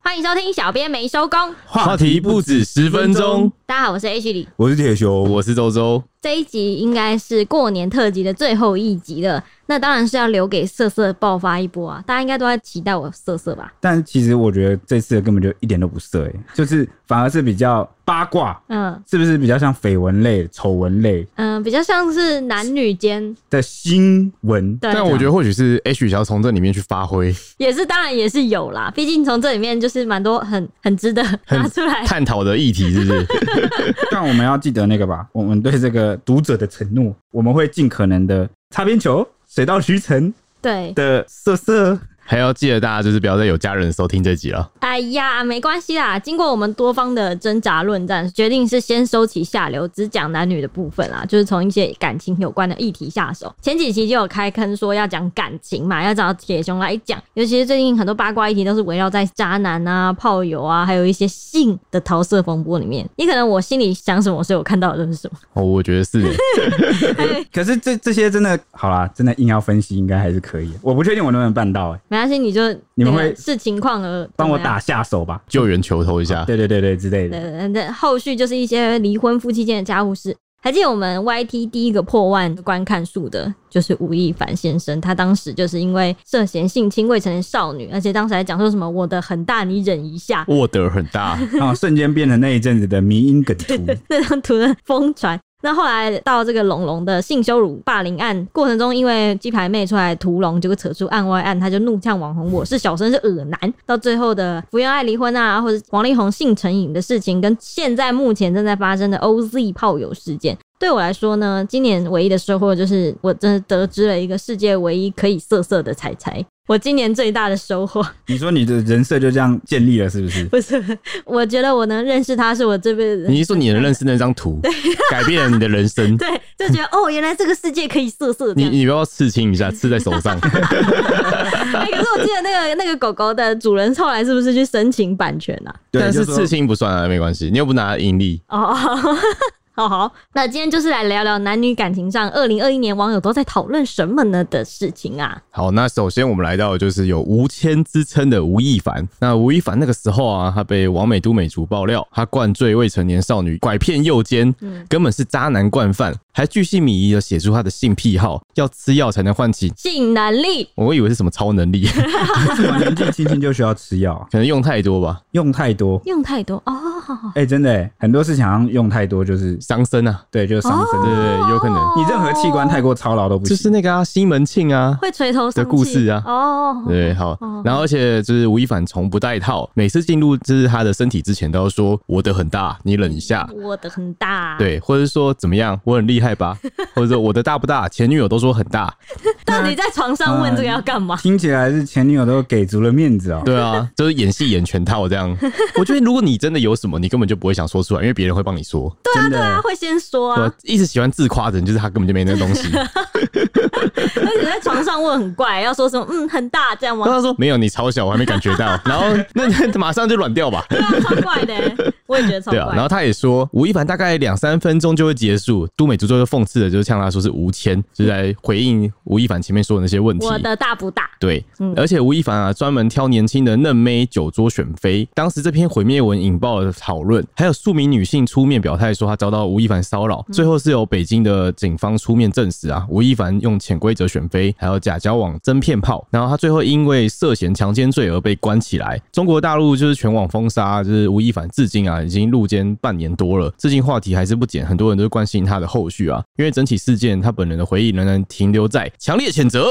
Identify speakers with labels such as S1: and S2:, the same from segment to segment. S1: 欢迎收听《小编没收工》，
S2: 话题不止十分钟，
S1: 大家好，我是 H 李。
S2: 我是铁熊，我是周周，
S1: 这一集应该是过年特辑的最后一集了，那当然是要留给瑟瑟爆发一波啊！大家应该都在期待我瑟瑟吧？
S3: 但其实我觉得这次的根本就一点都不色、欸，就是反而是比较八卦，
S1: 嗯
S3: 是不是比较像绯闻类、丑闻类
S1: 嗯、比较像是男女间，
S3: 的新闻？
S1: 对，啊
S2: 但我觉得或许是 H 想要从这里面去发挥，
S1: 也是，当然也是有啦。毕竟从这里面就是蛮多很很值得拿出来。
S2: 探讨的议题是 不是？
S3: 但我们要记得那个吧，我们对这个读者的承诺，我们会尽可能的擦边球、水到渠成
S1: 对，
S3: 的色色。
S2: 还要记得大家就是不要再有家人的时候听这集了。
S1: 哎呀，没关系啦。经过我们多方的挣扎论战，决定是先收起下流，只讲男女的部分啦，就是从一些感情有关的议题下手。前几期就有开坑说要讲感情嘛，要找铁熊来讲，尤其是最近很多八卦议题都是围绕在渣男啊、炮友啊，还有一些性的桃色风波里面。你可能我心里想什么，所以我看到的都是什么。
S2: 哦，我觉得 是耶，
S1: 哎
S3: 可是这这些真的好啦，真的硬要分析应该还是可以的。我不确定我能不能办到、欸，
S1: 没关系，你就
S3: 你
S1: 那
S3: 们
S1: 个
S3: 会
S1: 视情况而
S3: 帮我
S1: 怎么样
S3: 打下手吧。
S2: 救援求头一下。
S3: 对对对对，之类的。
S1: 对，那后续就是一些离婚夫妻间的家务事。还记得我们 YT 第一个破万观看数的，就是吴亦凡先生，他当时就是因为涉嫌性侵未成年少女，而且当时还讲说什么“我的很大，你忍一下
S2: 沃德很 大，
S3: 啊，瞬间变成那一阵子的迷因梗图。”，
S1: 那张图的疯传。那后来到这个龙龙的性羞辱霸凌案过程中，因为鸡排妹出来屠龙，结果扯出案外案，他就怒呛网红我是小生是恶男。到最后的福原爱离婚啊，或者王力宏性成瘾的事情，跟现在目前正在发生的 OZ 炮友事件。对我来说呢，今年唯一的收获就是我真的得知了一个世界唯一可以色色的彩彩。我今年最大的收获，
S3: 你说你的人设就这样建立了，是不是？
S1: 不是，我觉得我能认识他是我这辈子
S2: 你一说你能认识那张图，改变了你的人 生。
S1: 对，就觉得哦，原来这个世界可以色色这
S2: 你
S1: 样。
S2: 你不要刺青一下，刺在手 上。
S1: 哎、可是我记得那个那个狗狗的主人后来是不是去申请版权啊？
S3: 对
S2: 但
S3: 就是说
S2: 刺青不算啊，没关系，你又不拿盈利。
S1: 哦，好好，那今天就是来聊聊男女感情上，二零二一年网友都在讨论什么呢的事情啊？
S2: 好，那首先我们来到的就是有吴谦之称的吴亦凡。那吴亦凡那个时候啊，他被王美都美竹爆料，他灌醉未成年少女，拐骗诱奸，根本是渣男惯犯，还巨细靡遗的写出他的性癖好，要吃药才能唤起。
S1: 性能力，
S2: 我以为是什么超能力，
S3: 什么年纪轻轻就需要吃药啊、
S2: 可能用太多吧，
S3: 用太多。
S1: 用太多哦， 好好
S3: 哎、真的、欸，很多事情好像用太多就是
S2: 伤身啊，
S3: 对，就是伤身。
S2: 对对对，有可能。
S3: 你任何器官太过操劳都不
S2: 就
S3: 行。
S2: 是那个啊，西门庆啊，
S1: 会垂头丧气
S2: 的故事啊
S1: 哦，
S2: 对，好
S1: 哦，
S2: 然后而且就是吴亦凡从不戴套，每次进入就是他的身体之前都要说我的很大，你忍一下，
S1: 我的很大，，
S2: 对，或者说怎么样，我很厉害吧，或者说我的大不大，前女友都说很大，
S1: 到底在床上问这个要干
S2: 嗯
S1: 嘛？
S3: 听起来是前女友都给足了面子哦、
S2: 对啊，就是演戏演全套这样。我觉得如果你真的有什么，你根本就不会想说出来，因为别人会帮你说。
S3: 真的、
S1: 大啊家会先说
S2: 对
S1: 啊
S2: 吧，一直喜欢自夸的人，就是他根本就没那东西。
S1: 而且在床上问很怪，要说什么嗯很大这样吗
S2: 然？ 后他说没有，你超小，我还没感觉到。然后那那马上就软掉吧。
S1: 对啊，超怪的欸、我也觉得超
S2: 对
S1: 怪。
S2: 啊，然后他也说，吴亦凡大概两三分钟就会结束。都美竹最后讽刺的就是像他说是吴谦，就是来回应吴亦凡前面说的那些问题。
S1: 我的大不大？
S2: 对
S1: 嗯，
S2: 而且吴亦凡啊，专门挑年轻的嫩妹酒桌选妃。当时这篇毁灭文引爆了讨论，还有数名女性出面表态说她遭到吴亦凡骚扰。最后是由北京的警方出面证实啊，吴亦凡用潜规则选妃，还有假交往、真骗炮。然后他最后因为涉嫌强奸罪而被关起来。中国大陆就是全网封杀，就是吴亦凡至今啊已经入监半年多了，至今话题还是不减，很多人都关心他的后续啊，因为整体事件他本人的回忆仍然停留在强烈谴责。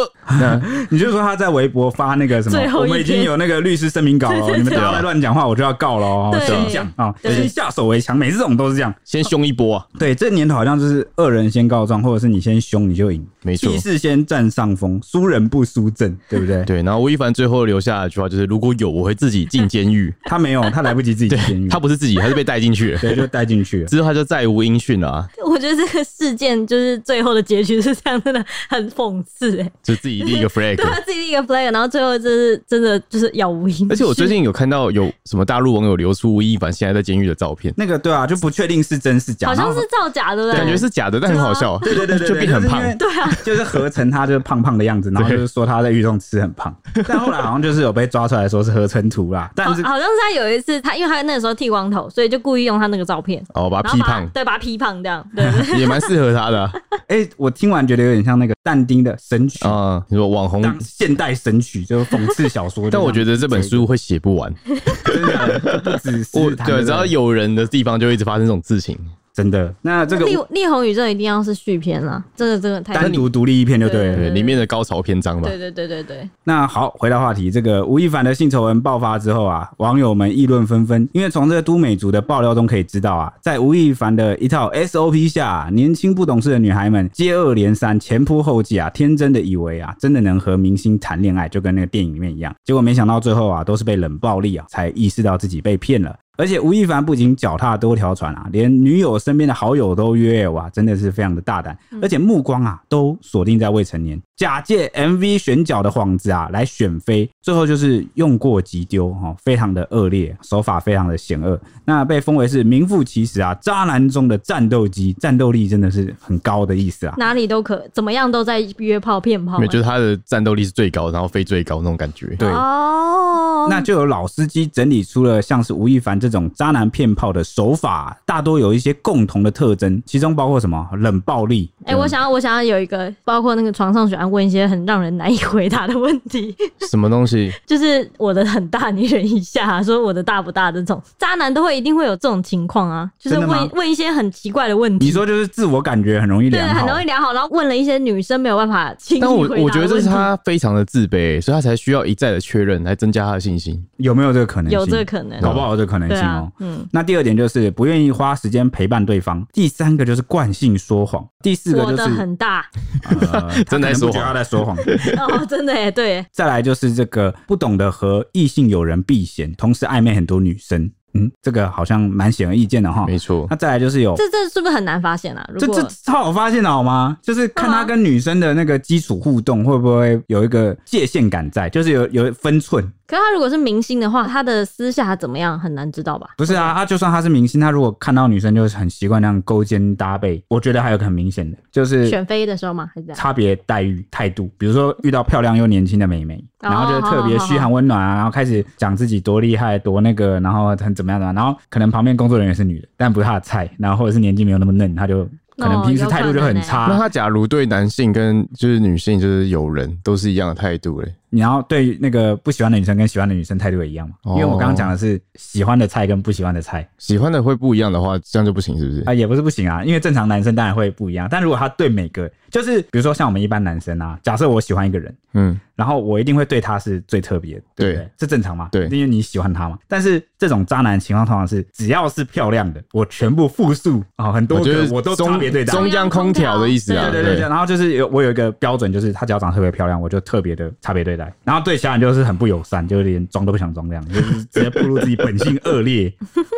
S3: 你就说他在微博发那个什么
S1: 最，后一
S3: 我
S1: 篇
S3: 们已经有那个律师声明稿了，你们大家乱讲话，我就要告了哦、
S1: 对
S3: 先讲啊，
S1: 对
S3: 先下手为强，每次这种都是这样。
S2: 先凶一波啊！
S3: 对，这年头好像就是恶人先告状，或者是你先凶你就赢，
S2: 没错
S3: 气势先占上风，输人不输阵，对不对？
S2: 对，然后吴亦凡最后留下一句话就是：如果有，我会自己进监狱。
S3: 他没有，他来不及自己 监狱，
S2: 他不是自己，他是被带进去了。
S3: 对就带进去了。
S2: 之后他就再无音讯了、啊。
S1: 我觉得这个事件就是最后的结局是这样，真的很讽次、欸，
S2: 就自己立一个 flag
S1: 对。他自己立一个 flag，然后最后就是真的就是杳无音讯。
S2: 而且我最近有看到有什么大陆网友流出吴亦凡现在在监狱的照片，
S3: 那个对啊，就不确定是真是假，
S1: 好像
S3: 然后
S1: 是造假，对不啊对？
S2: 感觉是假的，但很好笑。
S3: 对对对对，
S2: 就变很胖。
S1: 对啊，
S3: 就是合成他就是胖胖的样子，然后就是说他在运动吃很胖，但后来好像就是有被抓出来说是合成图啦，但
S1: 好，
S3: 是
S1: 好像是他有一次，他因为他那个时候剃光头，所以就故意用他那个照片，
S2: 哦，把
S1: 然
S2: 他
S1: 后
S2: 批
S1: 把他
S2: 判
S1: 对，把他批判这样， 对，
S2: 也蛮适合他 的啊
S3: 哎、我听完觉得有点像那个但丁的《神曲》
S2: 啊。你说网红，
S3: 当现代神曲，就是讽刺小说。
S2: 但我觉得这本书会写不完。
S3: 真的不只是
S2: 我
S3: 他
S2: 对，只要有人的地方就一直发生这种事情。
S3: 真的，那这个
S1: 力力宏宇宙一定要是续篇啊啦，这个这个太
S3: 单独独立一篇就对了。
S2: 对，里面的高潮篇章吧
S1: 对。对对对对，
S3: 那好，回到话题，这个吴亦凡的性丑闻爆发之后啊，网友们议论纷纷，因为从这个都美族的爆料中可以知道啊，在吴亦凡的一套 SOP 下啊、年轻不懂事的女孩们接二连三、前仆后继啊，天真的以为啊，真的能和明星谈恋爱，就跟那个电影里面一样，结果没想到最后啊，都是被冷暴力啊，才意识到自己被骗了。而且吴亦凡不仅脚踏多条船啊，连女友身边的好友都约，哇，真的是非常的大胆，而且目光啊都锁定在未成年，假借 MV 选角的幌子啊来选妃，最后就是用过即丢哈、哦，非常的恶劣，手法非常的险恶，那被封为是名副其实啊，渣男中的战斗机，战斗力真的是很高的意思啊。
S1: 哪里都可，怎么样都在约炮骗炮欸
S2: 因
S1: 嘛
S2: 为，就是他的战斗力是最高，然后飞最高那种感觉。
S3: 对
S1: 哦，
S3: 那就有老司机整理出了像是吴亦凡这种渣男骗炮的手法，大多有一些共同的特征，其中包括什么冷暴力。
S1: 哎、
S2: 嗯
S1: 我想要，我想要有一个，包括那个床上喜欢问一些很让人难以回答的问题，
S2: 什么东西？
S1: 就是我的很大，你忍一下、 说我的大不大这种，渣男都会一定会有这种情况啊，就是
S3: 真的吗
S1: 问问一些很奇怪的问题，
S3: 你说就是自我感觉很容易
S1: 对，
S3: 良好，
S1: 很容易聊好，然后问了一些女生没有办法轻易
S2: 但我
S1: 回答的
S2: 我觉得这
S1: 问
S2: 是
S1: 题
S2: 他非常的自卑，所以他才需要一再的确认来增加他的信心。
S3: 有没有这个可能性？
S1: 有这个可能，
S3: 搞不好有这个可能
S1: 对
S3: 性
S1: 啊
S3: 哦。，
S1: 嗯，
S3: 那第二点就是不愿意花时间陪伴对方，第三个就是惯性说谎，第四个
S1: 我
S3: 就
S1: 的
S3: 是
S1: 很大
S3: 呃，
S2: 真的在说谎
S3: 他可能不觉得他在说谎。
S1: 哦，真的耶，对耶，
S3: 再来就是这个不懂得和异性友人避嫌，同时暧昧很多女生，嗯，这个好像蛮显而易见的哈。
S2: 没错
S3: 那，再来就是有
S1: 这这是不是很难发现啊？如
S3: 这
S1: 果
S3: 这超好发现的好吗？就是看他跟女生的那个基础互动会不会有一个界限感在，就是有有分寸。
S1: 可是他如果是明星的话，他的私下怎么样很难知道吧？
S3: 不是啊，他就算他是明星，他如果看到女生就是很习惯那样勾肩搭背，我觉得还有个很明显的就是
S1: 选妃的时候吗？还是这样？
S3: 差别待遇态度，比如说遇到漂亮又年轻的美眉，
S1: 哦
S3: 然后就特别嘘寒温暖啊，然后开始讲自己多厉害多那个，然后很怎么样的、然后可能旁边工作人员是女的，但不是他的菜，然后或者是年纪没有那么嫩，他就可能
S1: 哦
S3: 平时
S1: 有可
S3: 态度就
S1: 能
S3: 很
S1: 欸
S3: 差。
S2: 那他假如对男性跟就是女性就是友人都是一样的态度嘞，
S3: 你要对那个不喜欢的女生跟喜欢的女生态度也一样嘛？
S2: 哦
S3: 因为我刚刚讲的是喜欢的菜跟不喜欢的菜
S2: 喜欢的会不一样的话，这样就不行，是不是？
S3: 啊、也不是不行啊，因为正常男生当然会不一样，但如果他对每个，就是比如说像我们一般男生啊，假设我喜欢一个人，
S2: 嗯，
S3: 然后我一定会对他是最特别的，对不
S2: 对
S3: 对？这正常嘛？
S2: 对
S3: 因为你喜欢他嘛。但是这种渣男情况通常是，只要是漂亮的，我全部复述啊、很多
S2: 我觉
S3: 个
S2: 得
S3: 我都差
S2: 中
S3: 别对待。
S2: 中央空调的意思啊，
S3: 对对对，然后就是有我有一个标准，就是她只要长得特别漂亮，我就特别的差别对待，然后对其他人就是很不友善，就连装都不想装这样， 就是直接暴露自己本性恶劣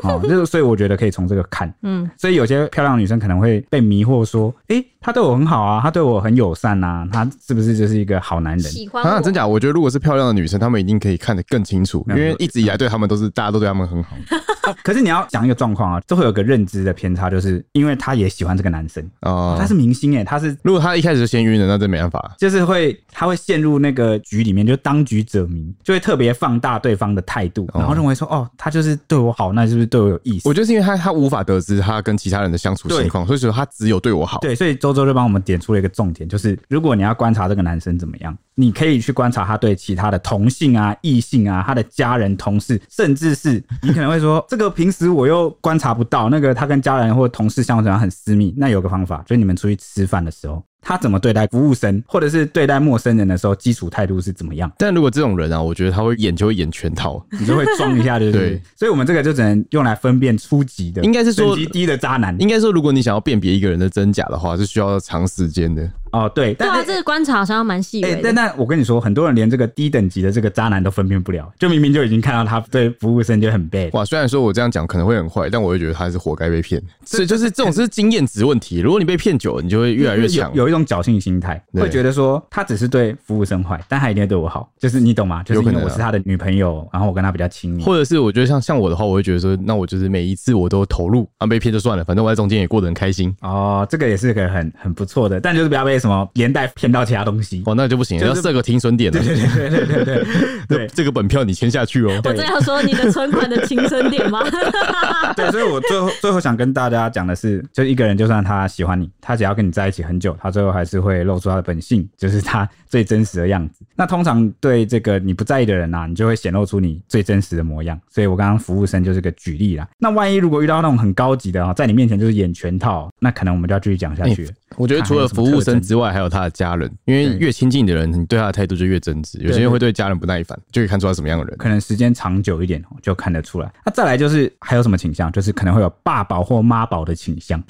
S3: 哦。就是所以我觉得可以从这个看，
S1: 嗯，
S3: 所以有些漂亮的女生可能会被迷惑说，诶，他对我很好啊，他对我很友善啊，他是不是就是一个好男人？
S1: 喜欢我、
S2: 啊，真假？我觉得如果是漂亮的女生，她们一定可以看得更清楚，
S3: 没
S2: 因
S3: 有
S2: 为一直以来对她们都是大家都对她们很好。
S3: 啊可是你要讲一个状况啊，这会有个认知的偏差，就是因为他也喜欢这个男生，
S2: 哦
S3: 嗯他是明星诶，他是
S2: 如果她一开始就先晕了，那真没办法。
S3: 就是会他会陷入那个局里面，就当局者迷，就会特别放大对方的态度，然后认为说哦，他就是对我好，那是不是对我有意思
S2: 我？觉得是因为她她无法得知她跟其他人的相处情况，所以说她只有对我好。
S3: 对，所以周周就帮我们点出了一个重点，就是如果你要观察这个男生怎么样，你可以去观察他对其他的同性啊、异性啊、他的家人、同事，甚至是你可能会说，这个平时我又观察不到，那个他跟家人或同事相处怎样很私密。那有个方法，就是你们出去吃饭的时候，他怎么对待服务生，或者是对待陌生人的时候，基础态度是怎么样？
S2: 但如果这种人啊，我觉得他会演就会演全套，
S3: 你就会装一下，就是。
S2: 对
S3: 所以我们这个就只能用来分辨初级的，
S2: 应该是说
S3: 等级低的渣男。
S2: 应该说，如果你想要辨别一个人的真假的话，是需要长时间的。
S3: 哦，对，
S1: 对
S3: 但
S1: 啊，
S3: 是
S1: 这个观察好像蛮细
S3: 哎、
S1: 微
S3: 但
S1: 的。
S3: 但我跟你说，很多人连这个低等级的这个渣男都分辨不了，就明明就已经看到他对服务生就很 bad，
S2: 哇，虽然说我这样讲可能会很坏，但我会觉得他是活该被骗。所以就是这种是经验值问题，如果你被骗久了，你就会越来越强
S3: 有。有一种侥幸心态，
S2: 对
S3: 会觉得说他只是对服务生坏，但他一定会对我好，就是你懂吗？就是因
S2: 有可
S3: 为
S2: 能
S3: 我
S2: 啊
S3: 是他的女朋友，然后我跟他比较亲密。
S2: 或者是我觉得像像我的话，我会觉得说，那我就是每一次我都投入，啊被骗就算了，反正我在中间也过得很开心。
S3: 哦，这个也是个很很不错的，但就是不要被什么连带骗到其他 东西。
S2: 哦，那就不行，
S3: 就
S2: 要
S3: 是
S2: 设个停损点了。
S3: 对对对对对
S2: 这个本票你签下去哦。
S1: 我这样说，你的存款的情深点吗？
S3: 对，所以我最后最后想跟大家讲的是，就是一个人就算他喜欢你，他只要跟你在一起很久，他最后还是会露出他的本性，就是他最真实的样子。那通常对这个你不在意的人啊，你就会显露出你最真实的模样。所以我刚刚服务生就是个举例啦。那万一如果遇到那种很高级的啊，在你面前就是演全套，哦那可能我们就要继续讲下去了。
S2: 我觉得除了服务生之外，还有他的家人，因为越亲近的人，你对他的态度就越真挚。有些人会对家人不耐烦，就可以看出他什么样的人。
S3: 可能时间长久一点哦就看得出来。那再来就是还有什么倾向，就是可能会有爸宝或妈宝的倾向。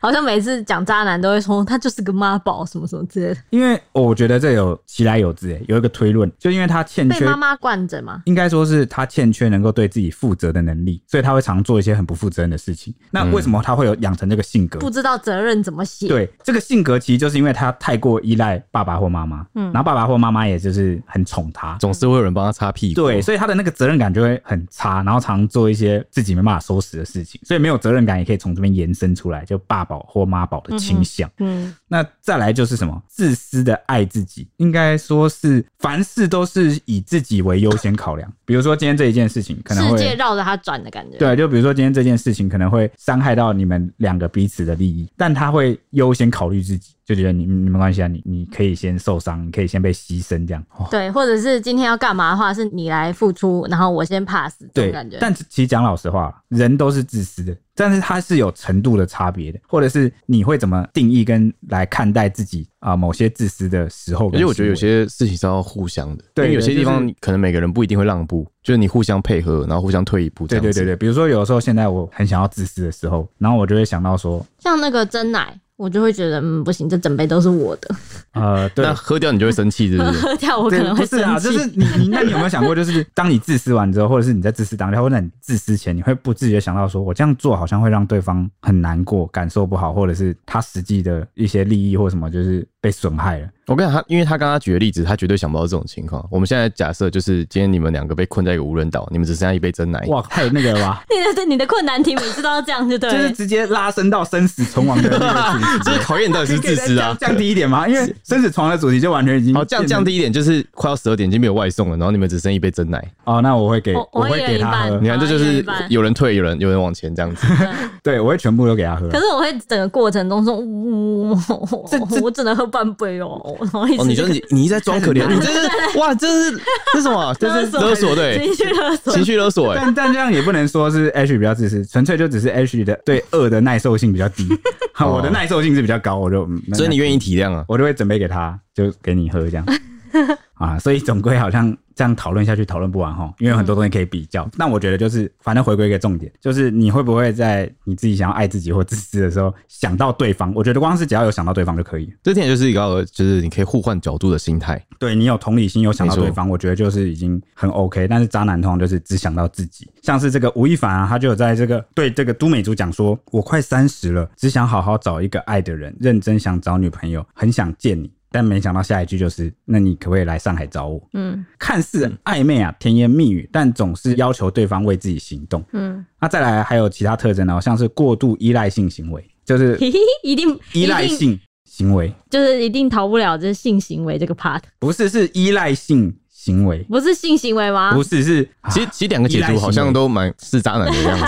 S1: 好像每次讲渣男都会说他就是个妈宝什么什么之类的，
S3: 因为我觉得这有其来有之、欸，有一个推论，就因为他欠
S1: 被
S3: 缺
S1: 妈妈惯着嘛。
S3: 应该说是他欠缺能够对自己负责的能力，所以他会常做一些很不负责任的事情。那为什么他会有养成这个性格？
S1: 不知道责任怎么写，
S3: 对，这个性格其实就是因为他太过依赖爸爸或妈妈，嗯，然后爸爸或妈妈也就是很宠他。
S2: 总是会有人帮他擦屁股。啊
S3: 对，，所以他的那个责任感就会很差，然后常做一些自己没办法收拾的事情，所以没有责任感也可以从这边延伸出来，就爸宝或妈宝的倾向。
S1: 嗯，
S3: 那再来就是什么自私的爱自己，应该说是凡事都是以自己为优先考量。比如说今天这一件事情，可能
S1: 世
S3: 会
S1: 界绕着他转的感觉。，
S3: 对，就比如说今天这件事情可能会伤害到你们两个彼此的利益，但他会优先考虑自己，就觉得你你没关系啊，你你可以先受伤，你可以先被牺牲这样。哦
S1: 对，或者是今天要干嘛的话，是你来付出，然后我先 pass 这种
S3: 对
S1: 感觉。，
S3: 但其实讲老实话，人都是自私的，但是它是有程度的差别的，或者是你会怎么定义跟来看待自己啊、某些自私的时候
S2: 而
S3: 跟
S2: 且
S3: 行为。
S2: 我觉得有些事情是要互相的，
S3: 对
S2: 因为有些地
S3: 就
S2: 方可能每个人不一定会让步，就是你互相配合，然后互相退一步这
S3: 对
S2: 样子。
S3: 对对对，比如说有的时候现在我很想要自私的时候，然后我就会想到说，
S1: 像那个真奶，我就会觉得，嗯，不行，这整杯都是我的，
S3: 呃，对
S2: 那。喝掉你就会生气，是不 是？
S1: 喝掉我可
S3: 对
S1: 能
S3: 不
S1: 会生
S3: 是啊，
S1: 气。，
S3: 就是你你那你有没有想过，就是当你自私完之后，或者是你在自私当下，或者你自私前，你会不自觉想到说，我这样做好像会让对方很难过，感受不好，或者是他实际的一些利益或什么，就是被损害了。
S2: 我跟你讲，他因为他刚刚举的例子，他绝对想不到这种情况。我们现在假设就是今天你们两个被困在一个无人岛，你们只剩下一杯真奶，
S3: 哇，太那个了吧
S1: 你的你的困难题每次都要这样，就 对
S3: 就
S1: 了。
S3: 是直接拉伸到生死存亡的那 个主
S2: 这
S3: 题
S2: 是。考验你到底是不是自私啊
S3: 可以再降？降低一点吗？因为生死床的主题就完全已经
S1: 哦
S2: 好，降
S3: 变成
S2: 降低一点，就是快要十二点已经没有外送了，然后你们只剩一杯真奶。
S3: 哦，那我会给
S1: 我我
S3: 会
S1: 也
S3: 给
S1: 一
S3: 他
S1: 半
S3: 喝
S2: 你，看，这就
S1: 啊一人一
S2: 是
S1: 半
S2: 有人退，有人有人往前这样子。
S3: 对我会全部都给他喝。
S1: 可是我会整个过程中说，呜、
S3: 这 这
S1: 我只能喝半杯哦，然后一直、
S2: 哦，你就是你，你一直在 装可怜，你这是哇，这是这是什么？这是勒 索对，
S1: 情绪勒索
S2: 情。绪勒索哎。
S3: 但但这样也不能说是 H 比较自私，纯粹就只是 H 的对恶的耐受性比较 低，好我的耐受性是比较高，我就嗯
S2: 哦
S3: 那
S2: 所以你愿意体谅啊？
S3: 我就会准备给他，就给你喝 这样啊。所以总归好像这样讨论下去讨论不完哈，因为有很多东西可以比
S2: 嗯
S3: 较。那我觉得就是反正回归一个重点，就是你会不会在你自己想要爱自己或自私的时候想到对方？我觉得光是只要有想到对方就可以了，
S2: 这点就是一个，就是你可以互换角度的心态。
S3: 对你有同理心，有想到
S2: 没错
S3: 对方，我觉得就是已经很 OK。但是渣男通常就是只想到自己，像是这个吴亦凡啊，他就有在这个对这个都美竹讲说：“我快三十了，只想好好找一个爱的人，认真想找女朋友，很想见你。”但没想到下一句就是：“那你可不可以来上海找我？”
S1: 嗯
S3: 看似暧昧啊，甜言蜜语，但总是要求对方为自己行动。
S1: 嗯，
S3: 那再来还有其他特征哦，像是过度依赖性行为，就是
S1: 嘿嘿 一定
S3: 依赖
S1: 一定
S3: 性行为，
S1: 就是一定逃不了就是性行为这个 part，
S3: 不是是依赖性行为，
S1: 不是性行为吗？
S3: 不是是
S2: 其实其实两个解读好像都蛮是渣男的样 子。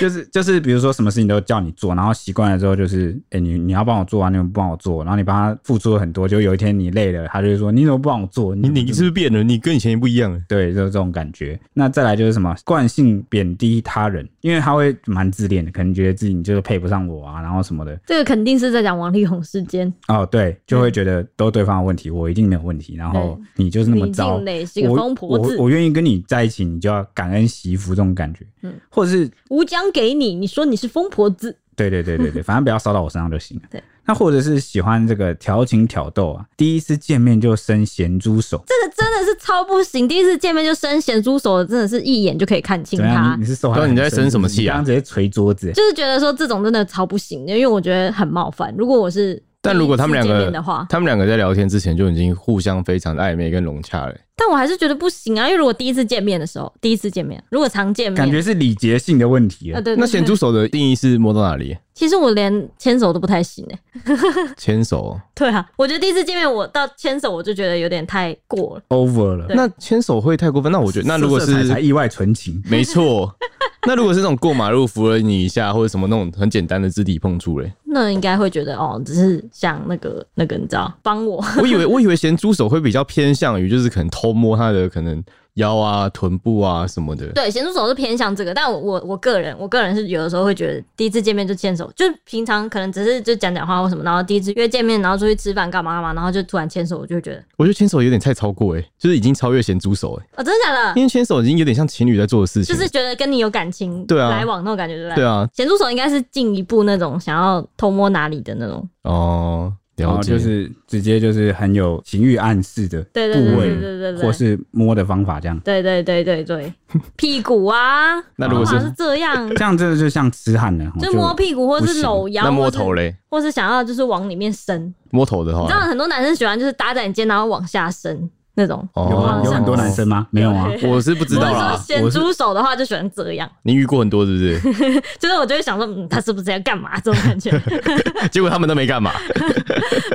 S3: 就是就是，比如说什么事情都叫你做，然后习惯了之后，就是哎、诶你你要帮我做啊，你怎么不帮我做？然后你帮他付出了很多，就有一天你累了，他就会说你怎么不帮我做？你怎么不
S2: 不是变了？你跟以前不一样了。
S3: 对，就是这种感觉。那再来就是什么惯性贬低他人，因为他会蛮自恋的，可能觉得自己你就是配不上我啊，然后什么的。
S1: 这个肯定是在讲王力宏事件，
S3: 哦，对，就会觉得都对方的问题，我一定没有问题，然后
S1: 对
S3: 你就是那么
S1: 林
S3: 糟
S1: 静。蕾是个疯婆子
S3: 我我，我愿意跟你在一起，你就要感恩惜福这种感觉，
S1: 嗯
S3: 或者是
S1: 吴江给你，你说你是疯婆子，
S3: 对对对对 对，反正不要烧到我身上就行了。
S1: 对，
S3: 那或者是喜欢这个调情挑逗啊，第一次见面就伸咸猪手，
S1: 这个真的是超不行。第一次见面就伸咸猪手，真的是一眼就可以看清
S3: 怎么
S1: 他
S3: 样？你，你是受害
S2: 不
S3: 人？
S2: 然你在生什么气啊
S3: 你刚刚直接捶桌子欸，
S1: 就是觉得说这种真的超不行的，因为我觉得很冒犯。如果我是，
S2: 但如果他们两个
S1: 的话，
S2: 他们两个在聊天之前就已经互相非常的暧昧跟融洽了、
S1: 但我还是觉得不行啊，因为如果第一次见面的时候，第一次见面，如果常见面，
S3: 感觉是礼节性的问题
S1: 啊，
S3: 了。
S1: 对，
S2: 那
S1: 对
S2: 咸猪手的定义是摸到哪里？
S1: 其实我连牵手都不太行哎、
S2: 牵手。哦
S1: 对啊，我觉得第一次见面，我到牵手我就觉得有点太过了。
S3: Over 了，
S1: 对
S2: 那牵手会太过分？那我觉得，那如果
S3: 色色彩才
S2: 是
S3: 意外 纯情，
S2: 没错， 那如果是那种过马路扶了你一下，或者什么那种很简单的肢体碰触嘞，
S1: 那应该会觉得哦，只是想那个那个，你知道，帮我
S2: 我以为我以为咸猪手会比较偏向于就是可能偷摸他的可能腰啊、臀部啊什么的。
S1: 对咸猪手是偏向这个，但我我我个人我个人是有的时候会觉得第一次见面就牵手，就是平常可能只是就讲讲话或什么，然后第一次约见面，然后出去吃饭干嘛干嘛，然后就突然牵手，我就会觉得
S2: 我觉得牵手有点太超过哎、欸，就是已经超越咸猪手哎、
S1: 哦，真的假的
S2: 欸，？因为牵手已经有点像情侣在做的事情
S1: 就
S2: 了。
S1: 是觉得跟你有感情，
S2: 对啊
S1: 来往那种感觉，对不
S2: 对
S1: 对？
S2: 啊，
S1: 咸猪手应该是进一步那种想要偷摸哪里的那种，
S2: 哦，
S3: 然
S2: 了
S3: 后
S2: 解，
S3: 就是直接就是很有情欲暗示的
S1: 对对对
S3: 部
S1: 对
S3: 位，
S1: 对对对，
S3: 或是摸的方法这样。
S1: 对对对对对， 屁股啊，
S2: 那如果是
S1: 通常是这 样，
S3: 这样真的就像痴汉了，
S1: 就摸屁股或
S3: 不
S1: 是
S3: 行
S1: 搂腰，
S2: 那摸
S1: 或是
S2: 头，嘞，
S1: 或是想要就是往里面伸。
S2: 摸头的
S1: 你知道
S2: 话，
S1: 很多男生喜欢就是搭在你肩，然后往下伸那种。
S2: 哦
S3: 有啊，有很多男生吗？没有啊，
S2: 我是不知
S1: 如
S2: 道
S1: 果说
S2: 啦，
S1: 咸
S2: 我是
S1: 猪手的话，就喜欢这样，
S2: 你遇过很多是 不
S1: 就是我就会想说，嗯，他是不是要干嘛？这种感 觉
S2: 是？结果他们都没干嘛。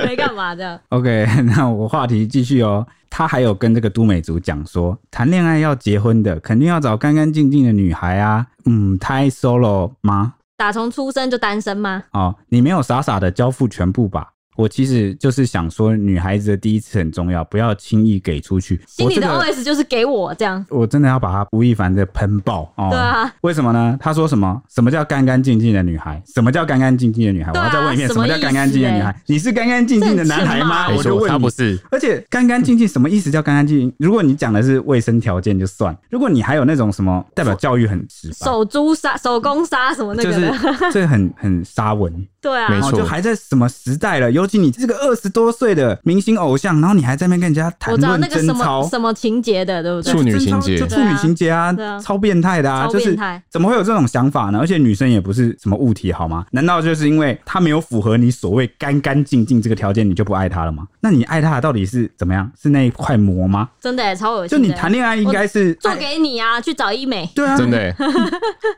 S1: 没干嘛这样。
S3: OK，那 我话题继续哦。他还有跟这个都美竹讲说，谈恋爱要结婚的，肯定要找干干净净的女孩啊。嗯，太 solo 吗？
S1: 打从出生就单身吗？
S3: 哦，你没有傻傻的交付全部吧？我其实就是想说，女孩子的第一次很重要，不要轻易给出去。
S1: 心里的
S3: 我这个
S1: OS 就是给我这样。
S3: 我真的要把他吴亦凡的喷爆哦！
S1: 对啊，
S3: 为什么呢？他说什么？什么叫干干净净的女孩？什么叫干干净净的女孩？
S1: 对啊
S3: 我要再问一遍，
S1: 什
S3: 什
S1: 么欸
S3: 么叫干干净净的女孩？你是干干净净的男
S1: 这很
S3: 孩吗？
S1: 欠骂
S3: 啊我就问
S2: 哎他
S3: 你
S2: 不是，
S3: 而且干干净净什么意思叫干干净净？如果你讲的是卫生条件就算，如果你还有那种什么代表教育很直
S2: 啊
S3: 白，
S1: 手珠杀、手工杀什么那
S3: 就
S1: 个
S3: 是
S1: 的，
S3: 这很很 沙文，
S1: 对啊
S2: 没，
S3: 然后
S2: 错
S3: 就还在什么时代了？尤其你这个二十多岁的明星偶像，然后你还在那边跟人家谈
S1: 我知道
S3: 论
S1: 那个
S3: 贞
S1: 什
S3: 操
S1: 么。什么情节的，对不对
S2: 处？女情节
S3: 就处女情节啊
S1: 对啊，
S3: 超变态的啊，
S1: 超
S3: 就是
S1: 变态
S3: 怎么会有这种想法呢？而且女生也不是什么物体好吗？难道就是因为她没有符合你所谓干干净净这个条件，你就不爱她了吗？那你爱她的到底是怎么样？是那一块膜吗？
S1: 真的耶超恶
S3: 就
S1: 心的耶。
S3: 你谈恋爱应该是
S1: 做
S3: 爱
S1: 给你啊，去找医美。
S3: 对啊，
S2: 真的欸、
S1: 哎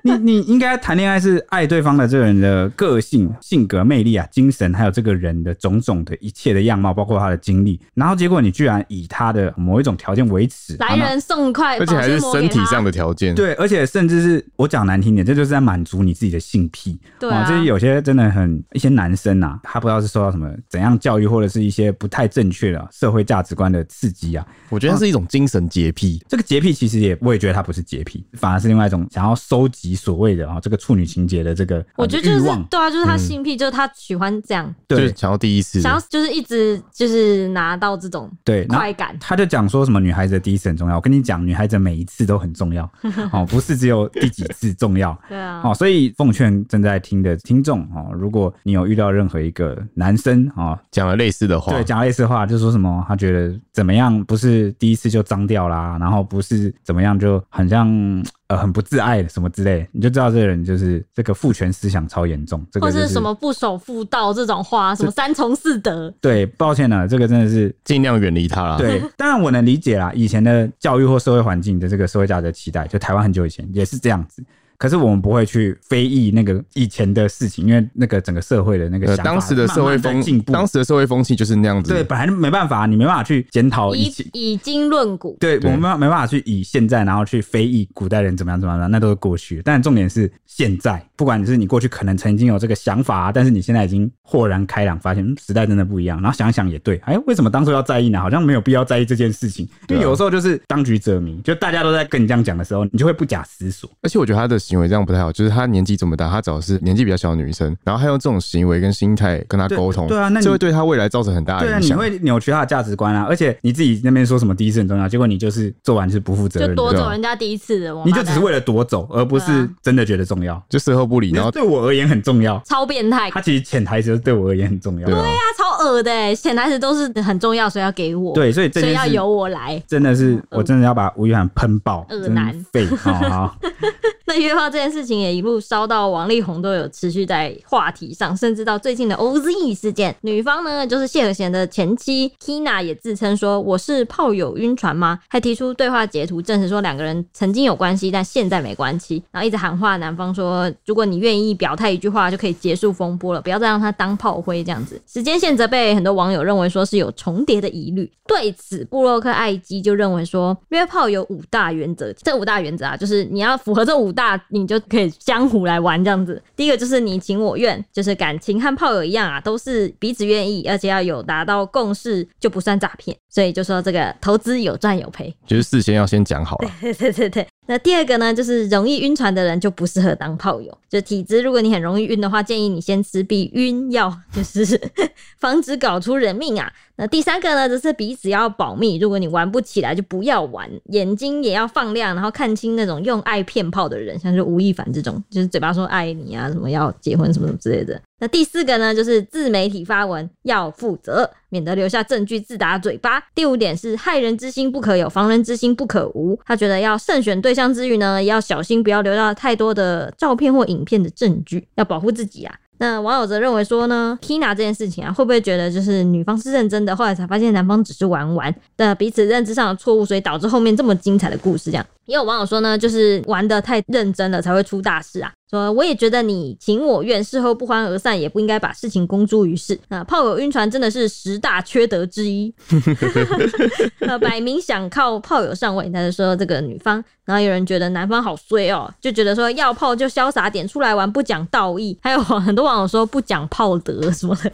S3: 你你应该谈恋爱是爱对方的这个人的个性、性格、魅力啊、精神，还有这个人的种种的一切的样貌，包括他的经历。然后结果你居然以他的某一种条件为耻，
S1: 来
S3: 好吗
S1: 人送一块，
S2: 而且还是身体上
S1: 的，
S2: 的条件。，
S3: 对，而且甚至是我讲难听点，这就是在满足你自己的性癖。
S1: 对啊
S3: 哦，就是有些真的很一些男生啊，他不知道是受到什么怎样教育，或者是一些不太正确的社会价值观的刺激啊，
S2: 我觉得它是一种精神洁癖。
S3: 这个洁癖其实也，我也觉得它不是洁癖，反而是另外一种想要收集所谓的啊、这个处女情节的这个、呃
S1: 我觉得就是
S3: 欲望。嗯
S1: 对啊，就是他性癖，就是他喜欢这样，
S2: 就是
S3: 对
S2: 想要第一次的，
S1: 想要就是一直就是拿到这种
S3: 对，然后
S1: 快感。
S3: 他就讲说什么女孩子的第一次很重要，我跟你讲，女孩子每一次都很重要 哦，不是只有第几次重要。
S1: 对啊，
S3: 哦，所以奉劝正在听的听众哦，如果你有遇到任何一个男生哦，
S2: 讲了类似的话
S3: 对，，讲类似话，就说什么他觉得怎么样，不是第一次就脏掉啦，然后不是怎么样就很像呃很不自爱什么之类，你就知道这个人就是这个父权思想超严重，这
S1: 或
S3: 个、就是
S1: 什么不守妇道这种话，什么三从四德，
S3: 对，抱歉了，这个真的是
S2: 尽量远离他啦。，
S1: 嗯
S3: 对，当然我能理解啦，以前的教育或社会环境的这个社会价值的期待，就台湾很久以前也是这样子。可是我们不会去非议那个以前的事情，因为那个整个社会的那个
S2: 呃，
S3: 想法
S2: 当时的社会
S3: 慢慢在
S2: 风，
S3: 进步，
S2: 当时的社会风气就是那样子。
S3: 对，本来没办法，你没办法去检讨哦以
S1: 以
S3: 前。
S1: 以经论古。
S3: 对，
S2: 对
S3: 我们没办没办法去以现在，然后去非议古代人怎么样怎么样，那都是过去。但重点是现在，不管你是你过去可能曾经有这个想法、啊，但是你现在已经豁然开朗，发现、嗯、时代真的不一样。然后想一想也对，哎，为什么当初要在意呢？好像没有必要在意这件事情，因
S2: 对
S3: 为
S2: 啊
S3: 有时候就是当局者迷，就大家都在跟你这样讲的时候，你就会不假思索。
S2: 而且我觉得他的行为，这样不太好。就是他年纪这么大，他找的是年纪比较小的女生，然后他用这种行为跟心态跟他沟通
S3: 对对啊那你
S2: 这会对他未来造成很大的
S3: 对啊，
S2: 影
S3: 你
S2: 响。
S3: 会扭曲他的价值观啊，而且你自己那边说什么第一次很重要，结果你就是做完就是不负责
S1: 就
S3: 任
S1: 夺
S3: 的，
S2: 对
S1: 走
S2: 啊
S1: 人家第一次的王
S3: 你
S1: 八蛋，
S3: 就只是为了夺走，而不
S1: 对
S3: 是
S1: 啊
S3: 真的觉得重要。
S2: 就事后不理，
S3: 你
S2: 然后
S3: 对我而言很重要，
S1: 超变态，
S3: 他其实潜台词就是对我而言很重要。
S2: 对啊，
S1: 他超恶的、欸，显然是都是很重要，所以要给我，，
S3: 对，所以这
S1: 所以
S3: 件
S1: 要
S3: 事
S1: 由我来。
S3: 真的是，我真的要把吴亦凡喷爆，
S1: 恶
S3: 真
S1: 男
S3: 废哦好，
S1: 那约炮这件事情也一路烧到王力宏都有持续在话题上，甚至到最近的 OZ 事件，女方呢就是谢和弦的前妻 Tina 也自称说我是炮友晕船吗？还提出对话截图证实说两个人曾经有关系，但现在没关系，然后一直喊话男方说如果你愿意表态一句话就可以结束风波了，不要再让他当炮灰这样子。时间线则被很多网友认为说是有重叠的疑虑，对此布洛克艾基就认为说约炮有五大原则，这五大原则啊，就是你要符合这五大，你就可以江湖来玩这样子。第一个就是你情我愿，就是感情和炮友一样啊，都是彼此愿意，而且要有达到共识就不算诈骗。所以就说这个投资有赚有赔，
S2: 就是事先要先讲好
S3: 哎
S2: 了。
S1: 对对对对。那第二个呢，就是容易晕船的人就不适合当炮友。就体质，如果你很容易晕的话，建议你先吃避晕药，就是 防止搞出人命啊。那第三个呢，就是彼此要保密，如果你玩不起来就不要玩，眼睛也要放亮，然后看清那种用爱骗炮的人，像是吴亦凡这种，就是嘴巴说爱你啊，什么要结婚什么什么之类的。那第四个呢，就是自媒体发文要负责，免得留下证据自打嘴巴。第五点是害人之心不可有，防人之心不可无。他觉得要慎选对象之余呢，也要小心不要留到太多的照片或影片的证据，要保护自己啊。那网友则认为说呢，Tina 这件事情啊，会不会觉得就是女方是认真的，后来才发现男方只是玩玩的彼此认知上的错误，所以导致后面这么精彩的故事这样？也有网友说呢，就是玩的太认真了才会出大事啊。说我也觉得你情我愿，事后不欢而散，也不应该把事情公诸于世。那炮友晕船真的是十大缺德之一。呃，摆明想靠炮友上位，他就说这个女方，然后有人觉得男方好衰哦，就觉得说要炮就潇洒点，出来玩不讲道义，还有网很 多网友说不讲炮德什么的，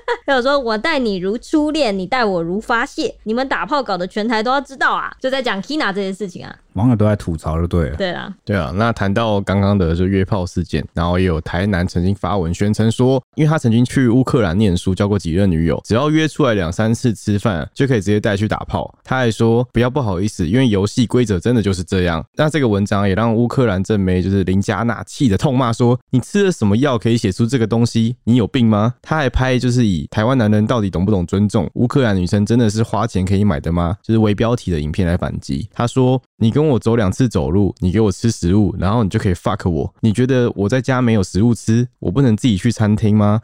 S1: 还有说我待你如初恋，你待我如发泄，你们打炮搞得全台都要知道啊，就在讲 Tina 这件事情啊，
S3: 网友都在吐槽就对了。
S1: 对啦，
S2: 对啊，那谈到刚刚的就约炮事件，然后也有台南曾经发文宣称说，因为他曾经去乌克兰念书，交过几任女友，只要约出来两三次吃饭，就可以直接带去打炮。他还说不要不好意思，因为游戏规则真的就是这样。那这个文章也让乌克兰正媒就是林加纳气的痛骂说，你吃了什么药可以写出这个东西？你有病吗？他还拍就是以台湾男人到底懂不懂尊重乌克兰女生真的是花钱可以买的吗？就是为标题的影片来反击。他说你跟我走两次走路，你给我吃食物，然后你就可以 fuck 我。你觉得我在家没有食物吃，我不能自己去餐厅吗？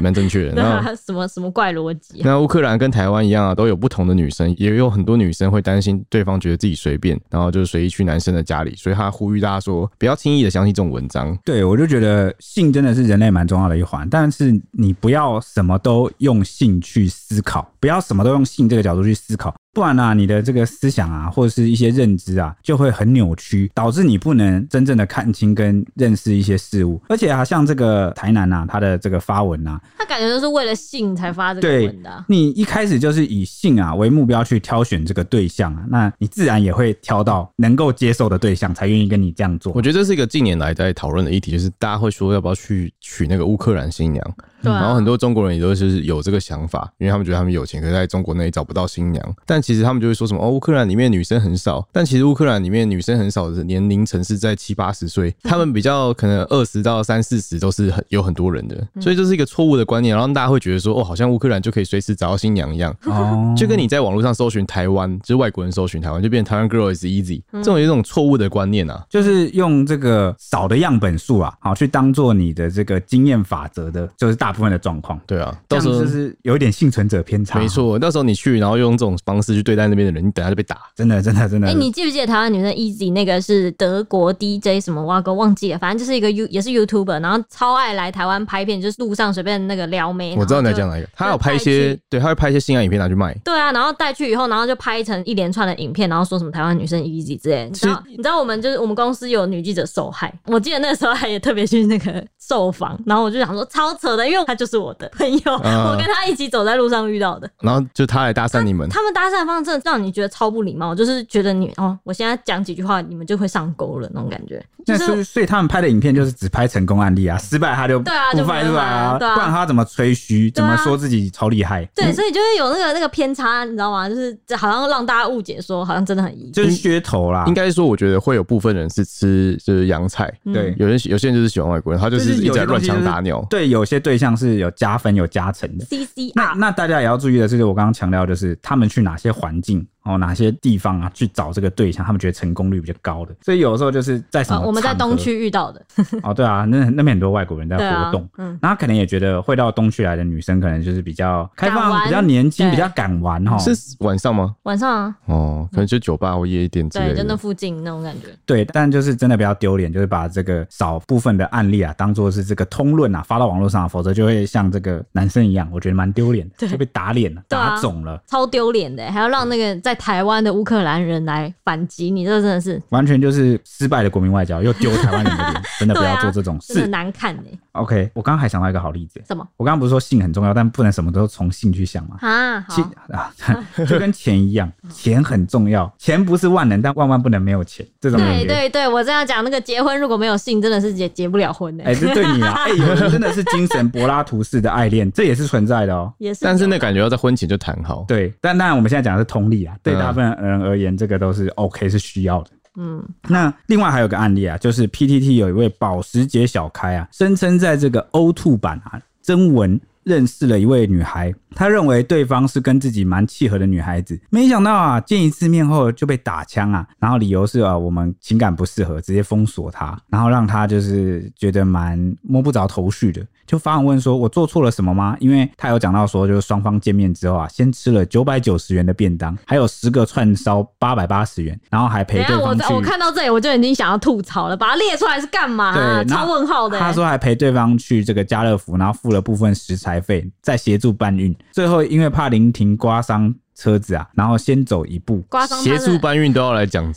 S2: 蛮正确的。
S1: 对
S2: 那
S1: 啊， 什么什么怪逻辑、啊，
S2: 那乌克兰跟台湾一样啊，都有不同的女生，也有很多女生会担心对方觉得自己随便，然后就是随意去男生的家里，所以他呼吁大家说，不要轻易的相信这种文章。
S3: 对，我就觉得性真的是人类蛮重要的一环，但是你不要什么都用性去思考，不要什么都用性这个角度去思考，不然呢、啊你的这个思想啊，或者是一些认知啊，就会很扭曲，导致你不能真正的看清跟认识一些事物。而且啊，像这个台南啊，他的这个发文啊，
S1: 他感觉都是为了性才发这个
S3: 对
S1: 文的啊、
S3: 你一开始就是以性啊为目标去挑选这个对象啊，那你自然也会挑到能够接受的对象，才愿意跟你这样做
S2: 我。觉得这是一个近年来在讨论的议题，就是大家会说要不要去娶那个乌克兰新娘，
S1: 对啊
S2: 嗯然后很多中国人也都是有这个想法，因为他们觉得他们有钱，可是在中国那里找不到新娘。但其实他们就会说什么哦，乌克兰里面女生很少，但其实乌克兰里面女生很少的年龄层是在七八十 岁，他们比较可能二十到三四十都是很有很多人的，嗯所以这是一个错误的观念，然后大家会觉得说哦，好像乌克兰就可以随时找到新娘一样，
S3: 哦
S2: 嗯就跟你在网络上搜寻台湾，就是外国人搜寻台湾，就变成台湾 girl is easy，这种有一种错误的观念啊。
S3: 就是用这个少的样本数啊，好去当做你的这个经验法则的，就是大部分的状况。
S2: 对啊，到
S3: 这样
S2: 时候
S3: 就是有一点幸存者偏差，啊
S2: 没，错，到时候你去，然后用这种方式去对待那边的人，你等下就被打。
S3: 真的真的真的。
S2: 嗯
S1: 哎、你记不记得台湾女生 Easy 那个是德国 DJ 什么哇哥忘记了，反正就是一个 You 也是 YouTuber，然后超爱来台湾拍片，就是路上随便那个撩妹。
S2: 我知道你在讲
S1: 然后就
S2: 哪一个，他有拍一些
S1: 带去，
S2: 对，他会拍一些性爱影片拿去卖。
S1: 对啊，然后带去以后，然后就拍成一连串的影片，然后说什么台湾女生 easy 之类的。你知道，你知道我们就是我们公司有女记者受害，我记得那时候还也特别去那个受访，然后我就想说超扯的，因为她就是我的朋友，
S2: 嗯
S1: 我跟她一起走在路上遇到的。
S2: 然后就他来搭讪你们，
S1: 他们搭讪的方式真的让你觉得超不礼貌，就是觉得你哦，我现在讲几句话，你们就会上钩了那种感觉。就
S3: 那所以
S1: 是
S3: 所以他们拍的影片就是只拍成功案例啊，失败他就不
S1: 对啊就不
S3: 拍出来啊，
S1: 对啊
S3: 不然他怎么吹嘘，
S1: 对
S3: 怎
S1: 啊
S3: 么说自己超厉害？
S1: 对，所以就会有那个那个偏差，你知道吗？就是这好像让大家误解说，好像真的很一
S3: 就是噱头啦
S2: 应。该说，我觉得会有部分人是吃就是洋菜，
S1: 嗯
S3: 对
S2: 有人有些人就是喜欢外国人，他就
S3: 就是是
S2: 一
S3: 有
S2: 直
S3: 些
S2: 在乱
S3: 东西
S2: 枪
S3: 就是
S2: 打鸟。
S3: 对，有些对象是有加分有加成的。
S1: C C
S3: 那
S1: R，
S3: 那大家也要注意的是，我刚刚强调的就是他们去哪些环境哦，哪些地方啊去找这个对象，他们觉得成功率比较高的。所以有时候就是在什么、
S1: 呃，我们在东区遇到的，
S3: 哦，对啊，那那边很多外国人在
S1: 对啊
S3: 活动，，
S1: 嗯，
S3: 那他可能也觉得会到东区来的女生，可能就是比较开
S1: 敢
S3: 放、
S1: 玩
S3: 比较年轻、
S1: 对
S3: 比较敢玩哦哈。
S2: 是晚上吗？
S1: 晚上啊
S2: 哦，可能就酒吧或夜店之
S1: 对，
S2: 类
S1: 就那
S2: 的。
S1: 附近那种感觉，
S3: 对，但就是真的不要丢脸，就是把这个少部分的案例啊，当做是这个通论啊，发到网络上啊、否则就会像这个男生一样，我觉得蛮丢脸的，就被打脸了，
S1: 对啊
S3: 打肿了，
S1: 超丢脸的，还要让那个在台湾的乌克兰人来反击你，这真的是
S3: 完全就是失败的国民外交，又丢台湾人的脸，真的不要做这种
S1: 啊真的
S3: 事。
S1: 难看呢。
S3: OK，我刚刚还想到一个好例子，
S1: 什么
S3: 我刚刚不是说性很重要，但不能什么都从性去想嘛。
S1: 啊？好
S3: 性，啊， 就跟钱一 样，钱很重要，钱不是万能，但万万不能没有钱，这种感
S1: 对
S3: 觉。
S1: 对对，我这样讲，那个结婚如果没有性，真的是结结不了婚的欸
S3: 哎、，这对你 啊，哎、有人真的是精神柏拉图式的爱恋，这也是存在的哦。
S1: 也是有。
S2: 但是那感觉要在婚前就谈好。
S3: 对，但当然我们现在讲的是同理啊，对
S2: 嗯
S3: 大部分人而言，这个都是 OK 是需要的。
S1: 嗯，
S3: 那另外还有个案例啊，就是 PTT 有一位保时捷小开啊，声称在这个 O2 版啊征文认识了一位女孩，他认为对方是跟自己蛮契合的女孩子，没想到啊见一次面后就被打枪啊，然后理由是啊我们情感不适合，直接封锁他，然后让他就是觉得蛮摸不着头绪的。就发文问说：“我做错了什么吗？”因为他有讲到说，就是双方见面之后啊，先吃了九百九十元的便当，还有十个串烧八百八十元，然后还陪
S1: 等一
S3: 对
S1: 下我
S3: 方去。
S1: 我看到这里，我就已经想要吐槽了，把它列出来是干嘛啊？
S3: 对，
S1: 超问号的。
S3: 他说还陪对方去这个家乐福，然后付了部分食材费，再协助搬运。最后因为怕临停刮伤车子啊，然后先走一步。
S1: 刮伤
S2: 协
S1: 他
S2: 助
S1: 的
S2: 搬运都要来讲，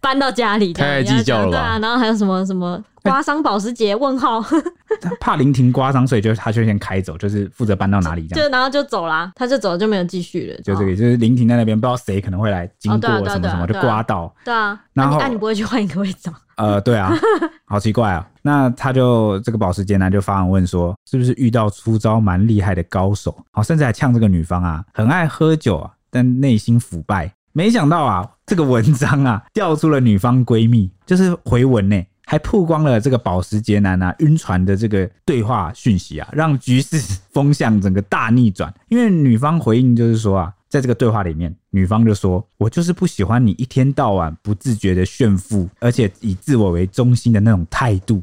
S1: 搬到家里，
S2: 太爱计较了吧
S1: 对啊，然后还有什么什么
S3: 哎
S1: 刮伤保时捷？问号，
S3: 他怕临停刮伤，所以就他就先开走，就是负责搬到哪里这样。
S1: 就然后就走啦，他就走了就没有继续了。
S3: 就这个，
S1: 哦
S3: 就是临停在那边，不知道谁可能会来经
S1: 哦
S3: 过
S1: 对啊对啊
S3: 什么
S1: 对啊
S3: 什么，就
S1: 对啊
S3: 刮到。
S1: 对啊，
S3: 然后
S1: 那你那你不会去换一个位置吗？
S3: 呃，对啊，好奇怪啊。那他就这个保时捷男就发文问说，是不是遇到出招蛮厉害的高手？好，甚至还呛这个女方啊，很爱喝酒啊，但内心腐败。没想到啊，这个文章啊，调出了女方闺蜜，就是回文呢、还曝光了这个保时捷男啊晕船的这个对话讯息啊，让局势 风向整个大逆转。因为女方回应就是说啊，在这个对话里面，女方就说：“我就是不喜欢你一天到晚不自觉的炫富，而且以自我为中心的那种态度。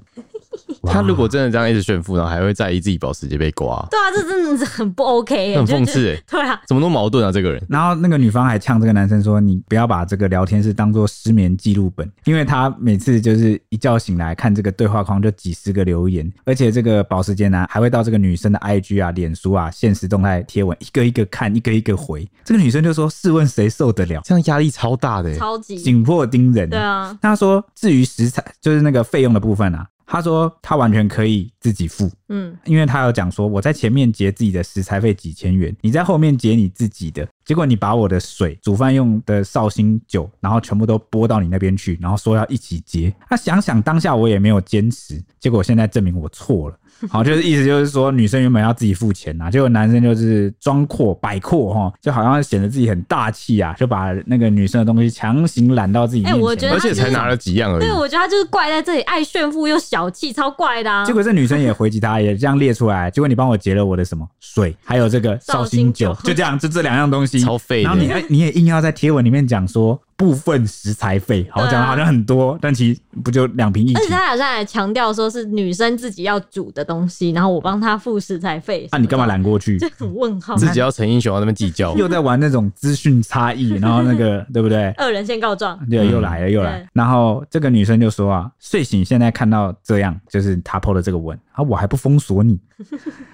S3: 哇”
S2: 他如果真的这样一直炫富，然后还会在意自己保时捷被刮，
S1: 对啊，这真的是很不 OK，耶欸
S2: 很
S1: 就
S2: 讽刺
S3: 欸
S2: 哎，
S1: 对啊，
S2: 怎么那么矛盾啊？这个人
S3: 然后那个女方还呛这个男生说：“你不要把这个聊天室当做失眠记录本，因为他每次就是一觉醒来看这个对话框就几十个留言，而且这个保时捷男还会到这个女生的 IG 啊、脸书啊、现实动态贴文一个一个看，一个一个回。这个女生就说：试问谁受得了？
S2: 这样压力超大的欸，
S1: 超级
S3: 紧迫盯人。
S1: 对啊，
S3: 那他说至于食材就是那个费用的部分啊，他说他完全可以自己付，
S1: 嗯，
S3: 因为他有讲说，我在前面结自己的食材费几千元，你在后面结你自己的，结果你把我的水、煮饭用的绍兴酒，然后全部都拨到你那边去，然后说要一起结。那、想想当下我也没有坚持，结果现在证明我错了。 好，就是意思就是说，女生原本要自己付钱呐、结果男生就是装阔摆阔哈，就好像显得自己很大气啊，就把那个女生的东西强行揽到自己面
S1: 哎
S3: 前。
S1: 我觉得
S2: 欸而且才拿了几样而已
S1: 对，。我觉得他就是怪在这里，爱炫富又小气，超怪的啊
S3: 结。果这女生也回击他，也这样列出来。结果你帮我结了我的什么水，还有这个绍兴酒
S1: 绍兴，酒
S3: 就这样，就这两样东西。
S2: 超废的欸
S3: 然后你还你也硬要在贴文里面讲说部分食材费，好
S1: 对啊
S3: 讲的好像很多，但其实不就两瓶一
S1: 而且
S3: 起
S1: 他好像还强调说是女生自己要煮的东西，然后我帮她付食材费。
S3: 啊？你干嘛？揽过去
S1: 这？很问号，
S2: 自己要逞英雄，要那边计较，
S3: 又在玩那种资讯差异，然后那个对不对？
S1: 恶人先告状。
S3: 对，
S2: 嗯
S3: 又来了又来
S1: 对。
S3: 然后这个女生就说啊，睡醒现在看到这样，就是她 PO 的这个文啊，我还不封锁你。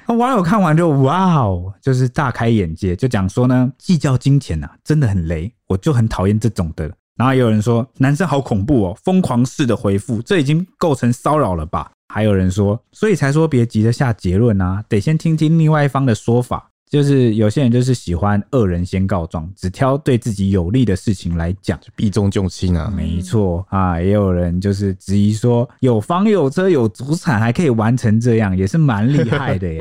S3: 啊，网友看完就哇哦，就是大开眼界，就讲说呢，计较金钱啊，真的很雷，我就很讨厌这种的。然后也有人说，男生好恐怖哦，疯狂式的回复，这已经构成骚扰了吧？还有人说，所以才说别急着下结论啊，得先听听另外一方的说法。就是有些人就是喜欢恶人先告状，只挑对自己有利的事情来讲。
S2: 避重就轻啊。
S3: 没错啊，也有人就是质疑说，有房有车有祖产，还可以玩成这样，也是蛮厉害 的耶。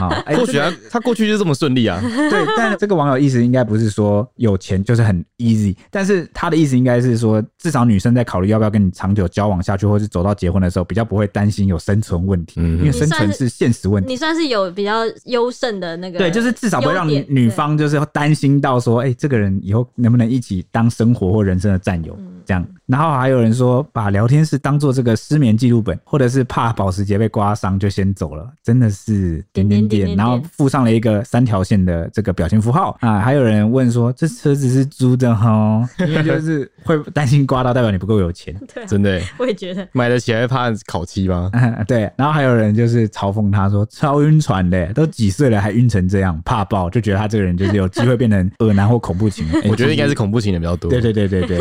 S3: 啊，哎
S2: 或许他他过去就这么 顺利啊，
S3: 对，但这个网友意思应该不是说有钱就是很 easy，但是他的意思应该是说，至少女生在考虑要不要跟你长久交往下去，或是走到结婚的时候，比较不会担心有生存问题，
S2: 嗯
S3: 因为生存是现实问题。
S1: 你算是有比较优胜的那个优
S3: 对，
S1: 点，
S3: 就是至少不会让女女
S1: 对
S3: 方就是担心到说，哎、这个人以后能不能一起当生活或人生的战友
S1: 嗯
S3: 这样。然后还有人说，把聊天室当做这个失眠记录本，或者是怕保时捷被刮伤就先走了，真的是
S1: 点
S3: 点点
S1: 点
S3: 点。
S1: 点
S3: 然后
S1: 点
S3: 附上了一个三条线的这个表情符号啊。还有人问说，这车子是租 的哈，因为就是会担心刮到，代表你不够有钱。
S1: 对啊、
S2: 真的欸、
S1: 我也觉得
S2: 买得起来怕烤漆吗？
S1: 嗯
S3: 对，然后还有人就是嘲讽他说超晕船的，都几岁了还晕成这样，怕爆，就觉得他这个人就是有机会变成恶男或恐怖情 人。哎
S2: 我觉得应该是恐怖情人比较多。
S3: 对对对对对，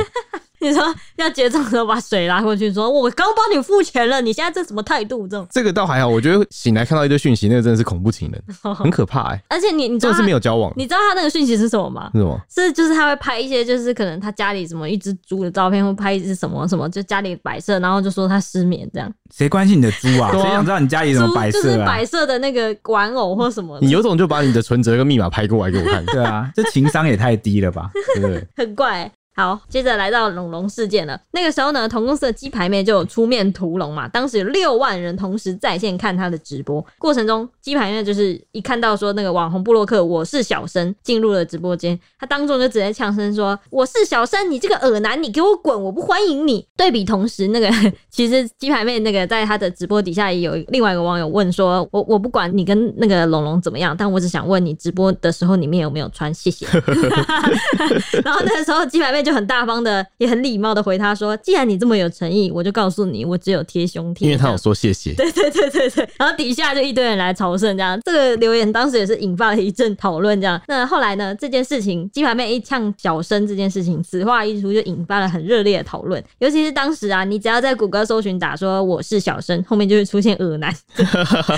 S1: 你说要结账的时候把水拉过去，说我刚帮你付钱了，你现在这什么态度？这种，
S2: 这个倒还好，我觉得醒来看到一堆讯息，那个真的是恐怖 情人，
S3: 嗯
S2: 很可怕哎、欸。
S1: 而且你你知
S2: 真
S1: 道啊
S2: 的是
S1: 他
S2: 没有交往，
S1: 你知道他那个讯息是什么吗？
S2: 是吗？
S1: 是就是他会拍一些就是可能他家里什么一只猪的照片，或拍一只什么什么，就家里摆设，然后就说他失眠这样。
S3: 谁关心你的猪啊？
S2: 对
S3: 谁
S2: 啊
S3: 想知道你家里怎么
S1: 猪
S3: 摆
S1: 就是
S3: 设啊
S1: 摆？设的那个玩偶或什么的
S2: 你有种就把你的存折跟密码拍过来给我 看，
S3: 对啊，这情商也太低了吧？
S2: 对不对？
S1: 很怪欸、好，接着来到龙龙事件了。那个时候呢，同公司的鸡排妹就有出面屠龙嘛。当时有六万人同时在线看她的直播，过程中鸡排妹就是一看到说那个网红布洛克我是小生进入了直播间，她当众就直接呛声说：“我是小生，你这个恶男，你给我滚，我不欢迎你。”对比同时，那个其实鸡排妹那个在她的直播底下也有另外一个网友问说：“我我不管你跟那个龙龙怎么样，但我只想问你直播的时候里面有没有穿，谢谢。” 然后那个时候鸡排妹就很大方的，也很礼貌的回他说：“既然你这么有诚意，我就告诉你，我只有贴胸贴。”
S2: 因为他有说谢谢，
S1: 对对对对，然后底下就一堆人来朝圣，这样这个留言当时也是引发了一阵讨论，这样。那后来呢，这件事情鸡排妹一呛小生这件事情，此话一出就引发了很热烈的讨论，尤其是当时啊，你只要在谷歌搜寻打说我是小生，后面就会出现恶男。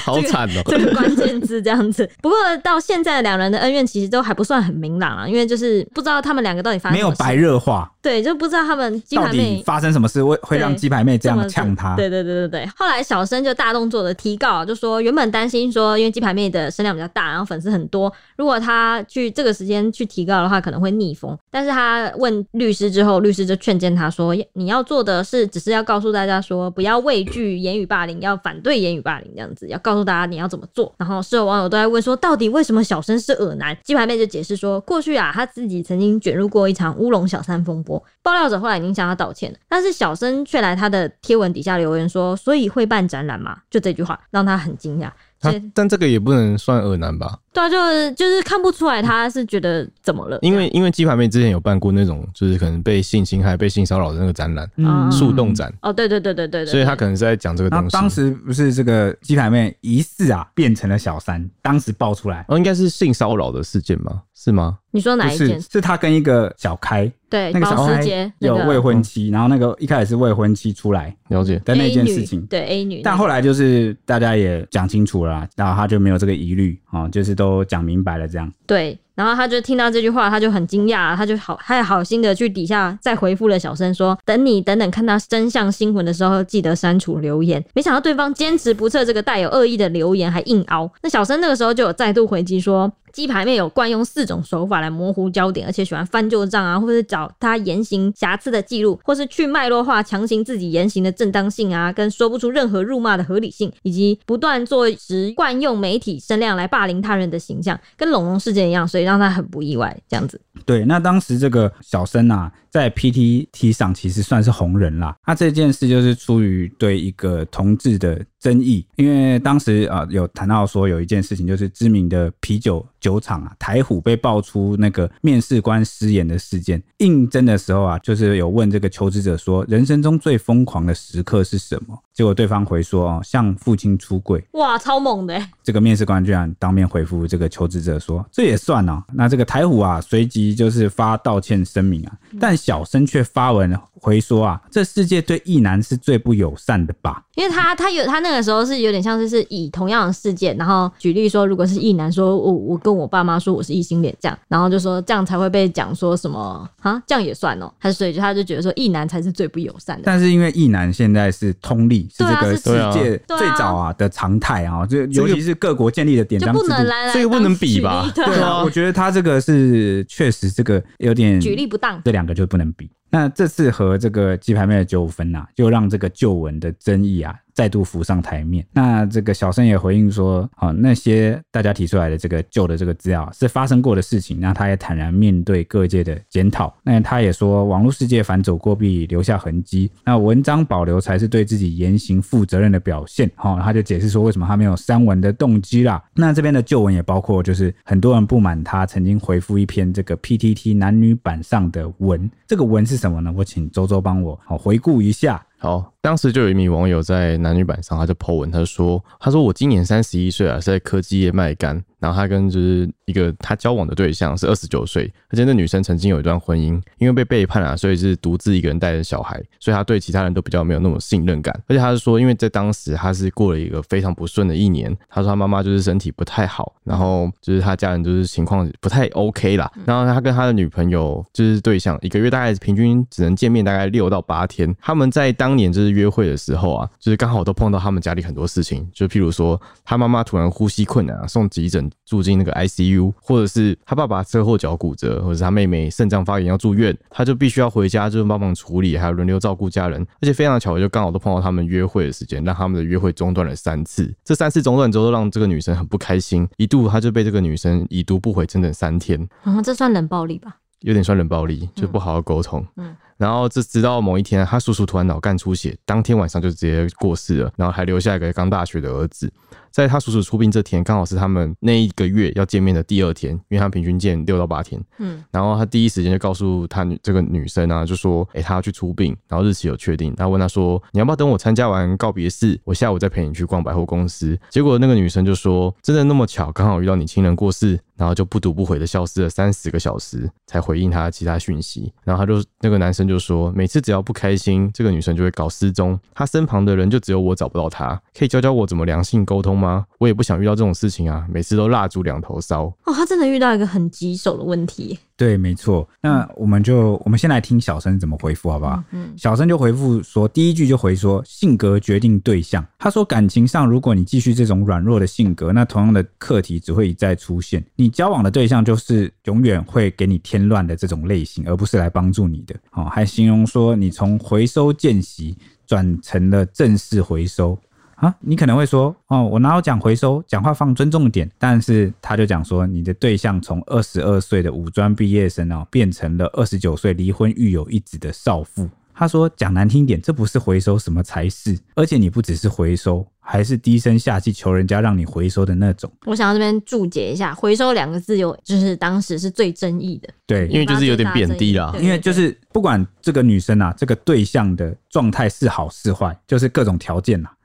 S2: 好惨哦、
S1: 这个关键字这样子。不过到现在，两人的恩怨其实都还不算很明朗啊，因为就是不知道他们两个到底发生
S3: 没有
S1: 什么事
S3: 白热化，
S1: 对，就不知道他们鸡
S3: 到
S1: 排
S3: 底
S1: 妹
S3: 发生什么事会会让
S1: 对
S3: 鸡排妹这样
S1: 么
S3: 呛他？
S1: 对对对对对。后来小生就大动作的提告，就说原本担心说，因为鸡排妹的声量比较大，然后粉丝很多，如果他去这个时间去提告的话，可能会逆风。但是他问律师之后，律师就劝谏他说，你要做的是，只是要告诉大家说，不要畏惧言语霸凌，要反对言语霸凌，这样子要告诉大家你要怎么做。然后事后网友都在问说，到底为什么小生是恶男？鸡排妹就解释说，过去啊，他自己曾经卷入过一场乌龙小三风波，爆料者后来已经向他道歉了，但是小生却来他的贴文底下留言说，所以会办展览嘛？就这句话让他很惊讶。
S2: 他
S1: 对
S2: 但这个也不能算恶男吧，
S1: 对啊，就是就是看不出来他是觉得怎么了，
S2: 因为因为鸡排妹之前有办过那种就是可能被性侵害、被性骚扰的那个展览，
S1: 嗯
S2: 树洞展，
S1: 哦，对对对对对对，
S2: 所以他可能是在讲这个
S3: 然
S2: 东
S3: 后
S2: 西。
S3: 当时不是这个鸡排妹疑似啊变成了小三，当时爆出来，
S2: 哦，应该是性骚扰的事件吗？是吗？
S1: 你说
S3: 不
S1: 哪一
S3: 是
S1: 件？
S3: 是她跟一个小开，
S1: 对，
S3: 那个小
S1: 保时
S3: 开
S1: 捷
S3: 有
S1: 那
S3: 未
S1: 个
S3: 婚妻，然后那个一开始是未婚妻出来
S2: 了解。
S3: 的那
S1: A
S3: 件
S1: 女
S3: 事情。
S1: 对 A 女那个，
S3: 但后来就是大家也讲清楚了啦，然后她就没有这个疑虑哦，就是都讲明白了这样。
S1: 对，然后他就听到这句话，他就很惊讶，他就好，他也好心的去底下再回复了小生说：“等你等等看到真相新闻的时候，记得删除留言。”没想到对方坚持不撤这个带有恶意的留言，还硬凹。那小生那个时候就有再度回击说。鸡排妹有惯用四种手法来模糊焦点，而且喜欢翻旧账啊，或是找他言行瑕疵的记录，或是去脉络化强行自己言行的正当性啊，跟说不出任何辱骂的合理性，以及不断坐实惯用媒体声量来霸凌他人的形象，跟龙龙事件一样，所以让他很不意外。这样子，
S3: 对，那当时这个小生啊，在 PTT 上其实算是红人啦。那这件事就是出于对一个同志的争议，因为当时啊、呃有谈到说有一件事情，就是知名的啤酒酒厂啊台虎被爆出那个面试官失言的事件。应征的时候啊，就是有问这个求职者说，人生中最疯狂的时刻是什么？结果对方回说哦，向父亲出柜。
S1: 哇，超猛的、欸！
S3: 这个面试官居然当面回复这个求职者说：“这也算啊
S1: 嗯
S3: 哦。”那这个台虎啊，随即就是发道歉声明啊，但小生却发文回说啊，这世界对异男是最不友善的吧？
S1: 因为他他有他那个时候是有点像是是以同样的事件，然后举例说，如果是异男说我我跟我爸妈说我是异性恋这样，然后就说这样才会被讲说什么啊这样也算哦，他所以就他就觉得说异男才是最不友善的。
S3: 但是因为异男现在是通例，是
S1: 对
S3: 这
S1: 啊
S3: 个
S1: 是
S3: 世界
S1: 对啊
S3: 最早啊的常态啊，就尤其是各国建立的典
S1: 就
S3: 章制
S1: 不
S3: 度。
S1: 能来来
S2: 这个不能比吧
S1: 当举例的
S3: 对啊，我觉得他这个是确实这个有点
S1: 举例不当，
S3: 这两个就不能比。那这次和这个鸡排妹的纠纷啊，就让这个旧闻的争议啊再度浮上台面。那这个小生也回应说，好、那些大家提出来的这个旧的这个资料啊是发生过的事情，那他也坦然面对各界的检讨。那他也说，网络世界反走过必留下痕迹，那文章保留才是对自己言行负责任的表现。好、他就解释说为什么他没有删文的动机啦。那这边的旧文也包括，就是很多人不满他曾经回复一篇这个 PTT 男女版上的文，这个文是什么呢？我请周周帮我好回顾一下。
S2: 好，当时就有一名网友在男女版上，他就 po 文，他就说：“他说我今年三十一岁啊，是在科技业卖干。然后他跟就是一个他交往的对象是二十九岁，而且那女生曾经有一段婚姻，因为被背叛啊，所以是独自一个人带着小孩，所以他对其他人都比较没有那种信任感。而且他是说，因为在当时他是过了一个非常不顺的一年，他说他妈妈就是身体不太好，然后就是他家人就是情况不太 OK 啦。然后他跟他的女朋友就是对象，一个月大概平均只能见面大概六到八天。他们在当年就是约会的时候啊，就是刚好都碰到他们家里很多事情，就譬如说他妈妈突然呼吸困难啊，送急诊住进那个 ICU，或者是他爸爸车祸脚骨折，或者是他妹妹肾脏发炎要住院，他就必须要回家就是帮忙处理，还有轮流照顾家人。而且非常巧，就刚好都碰到他们约会的时间，让他们的约会中断了三次。这三次中断之后，都让这个女生很不开心，一度她就被这个女生已读不回整整三天。
S1: 嗯，这算冷暴力吧？
S2: 有点算冷暴力，就不好好沟通。嗯，然后这直到某一天，他叔叔突然脑干出血，当天晚上就直接过世了，然后还留下一个刚大学的儿子。在他叔叔出殡这天，刚好是他们那一个月要见面的第二天，因为他们平均见六到八天。
S1: 嗯，
S2: 然后他第一时间就告诉他女这个女生啊，就说：“诶、他要去出殡，然后日期有确定。”然后问他说：“你要不要等我参加完告别式，我下午再陪你去逛百货公司？”结果那个女生就说：“真的那么巧，刚好遇到你亲人过世。”然后就不读不回的消失了三十个小时，才回应他其他讯息。然后他就那个男生就说，每次只要不开心，这个女生就会搞失踪，她身旁的人就只有我找不到她，可以教教我怎么良性沟通吗？我也不想遇到这种事情啊，每次都蜡烛两头烧。
S1: 哦，他真的遇到一个很棘手的问题。
S3: 对，没错。那我们就我们先来听小生怎么回复，好不好？
S1: 嗯，
S3: 小生就回复说，第一句就回说性格决定对象。他说感情上，如果你继续这种软弱的性格，那同样的课题只会一再出现。你交往的对象就是永远会给你添乱的这种类型，而不是来帮助你的。哦，还形容说你从回收见习转成了正式回收。啊，你可能会说，哦，我哪有讲回收，讲话放尊重点。但是他就讲说，你的对象从二十二岁的五专毕业生哦，变成了二十九岁离婚育有一子的少妇。他说，讲难听点，这不是回收什么才是，而且你不只是回收，还是低声下气求人家让你回收的那种。
S1: 我想要这边注解一下，“回收”两个字有就是当时是最争议的，
S3: 对，
S2: 因为就是有点贬低啦
S1: 对
S3: 因为就是不管这个女生啊，这个对象的状态是好是坏，就是各种条件呐、啊